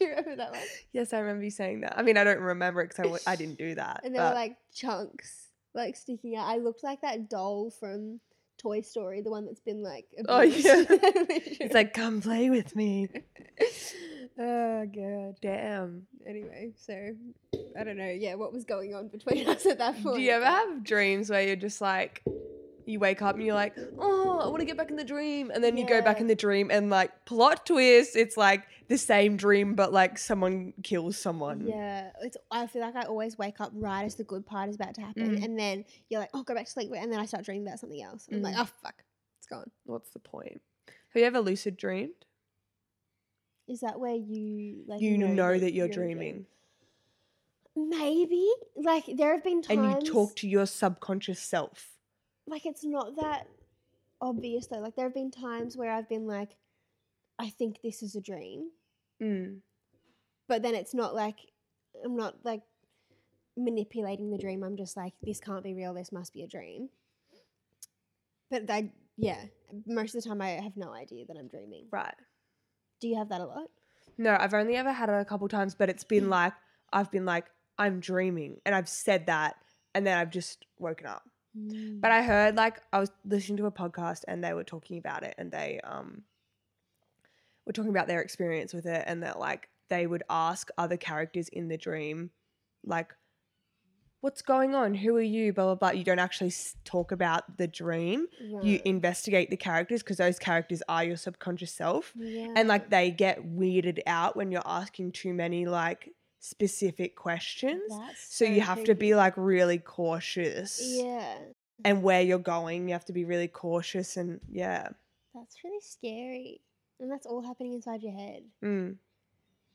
S2: you remember that one?
S1: Yes, I remember you saying that. I mean, I don't remember because I, w- I didn't do that.
S2: And there
S1: but-
S2: were like chunks like sticking out. I looked like that doll from Toy Story, the one that's been like
S1: Oh, yeah.
S2: it's
S1: it's like, come play with me.
S2: oh god.
S1: Damn.
S2: Anyway, so I don't know. Yeah, what was going on between us at that point?
S1: Do you ever
S2: but-
S1: have dreams where you're just like, you wake up and you're like, oh, I want to get back in the dream. And then you go back
S2: Yeah.
S1: in the dream and like, plot twist, it's like the same dream, but like someone kills someone.
S2: Yeah, it's. I feel like I always wake up right as the good part is about to happen,
S1: Mm.
S2: and then you're like, "Oh, go back to sleep," and then I start dreaming about something else. I'm like, "Oh fuck, it's gone."
S1: What's the point? Have you ever lucid dreamed?
S2: Is that where you like
S1: You know, that you're
S2: in a dream?
S1: dreaming
S2: Maybe like there have been times
S1: and you talk to your subconscious self.
S2: like it's not that obvious though. Like there have been times where I've been like, I think this is a dream,
S1: Mm.
S2: but then it's not like I'm not like manipulating the dream. I'm just like, this can't be real. This must be a dream. But I, yeah, most of the time I have no idea that I'm dreaming.
S1: Right.
S2: Do you have that a lot?
S1: No, I've only ever had it a couple times, but it's been like I've been like I'm dreaming, and I've said that, and then I've just woken up. But I heard like I was listening to a podcast, and they were talking about it, and they um were talking about their experience with it, and that like they would ask other characters in the dream, like. What's going on? Who are you? Blah blah blah. You don't actually s- talk about the dream. You
S2: Right.
S1: investigate the characters because those characters are your subconscious self
S2: yeah.
S1: and like they get weirded out when you're asking too many like specific questions
S2: That's
S1: so, you have to be
S2: creepy.
S1: like really cautious
S2: yeah,
S1: and where you're going you have to be really cautious and yeah
S2: that's really scary, and that's all happening inside your head.
S1: mm.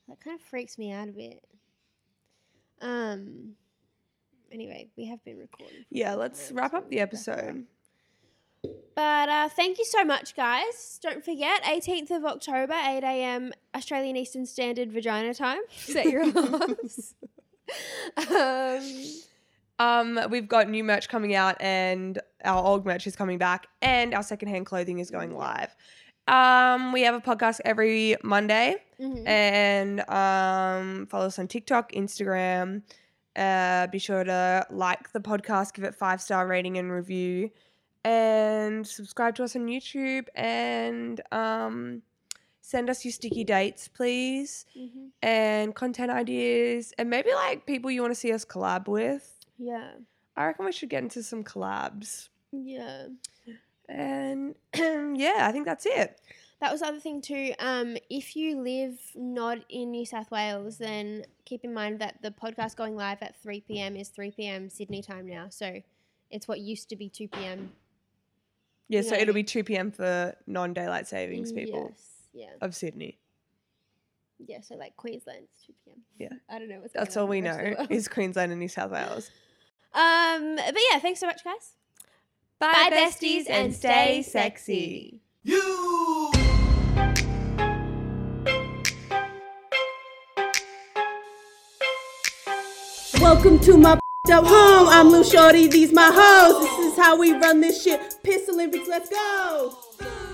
S2: That kind of freaks me out a bit. Um. Anyway, we have been recording. for
S1: yeah
S2: some
S1: let's
S2: time,
S1: wrap
S2: so
S1: up the
S2: we'll wrap it up.
S1: episode
S2: But uh, thank you so much, guys. Don't forget, 18th of October, 8 a.m. Australian Eastern Standard Vagina Time. Set your alarms. um,
S1: um we've got new merch coming out and our old merch is coming back and our secondhand clothing is going live um we have a podcast every monday Eh.
S2: mhm.
S1: and um, follow us on TikTok, Instagram. Uh, be sure to like the podcast, give it five star rating and review, and subscribe to us on YouTube. And um, send us your sticky dates, please,
S2: Mhm.
S1: and content ideas, and maybe like people you want to see us collab with.
S2: Yeah.
S1: I reckon we should get into some collabs.
S2: Yeah.
S1: And yeah, I think that's it.
S2: That was the other thing too. Um, if you live not in New South Wales, then keep in mind that the podcast going live at 3 p.m. is 3 p.m. Sydney time now. So it's what used to be 2 p.m.
S1: Yeah, so
S2: Yeah.
S1: it'll be 2 p.m. for non daylight savings people
S2: Yes. Yeah.
S1: of Sydney.
S2: Yeah. So like Queensland's 2 p.m.
S1: Yeah.
S2: I don't know what's
S1: That's
S2: going
S1: all
S2: on
S1: we
S2: in the rest of
S1: know
S2: the world.
S1: is Queensland and New South Wales.
S2: Um, but yeah, thanks so much, guys. Bye, besties, and stay sexy.
S3: You. Welcome to my up home. I'm Lou Shorty. These my hoes. This is how we run this shit. Piss Olympics. Let's go.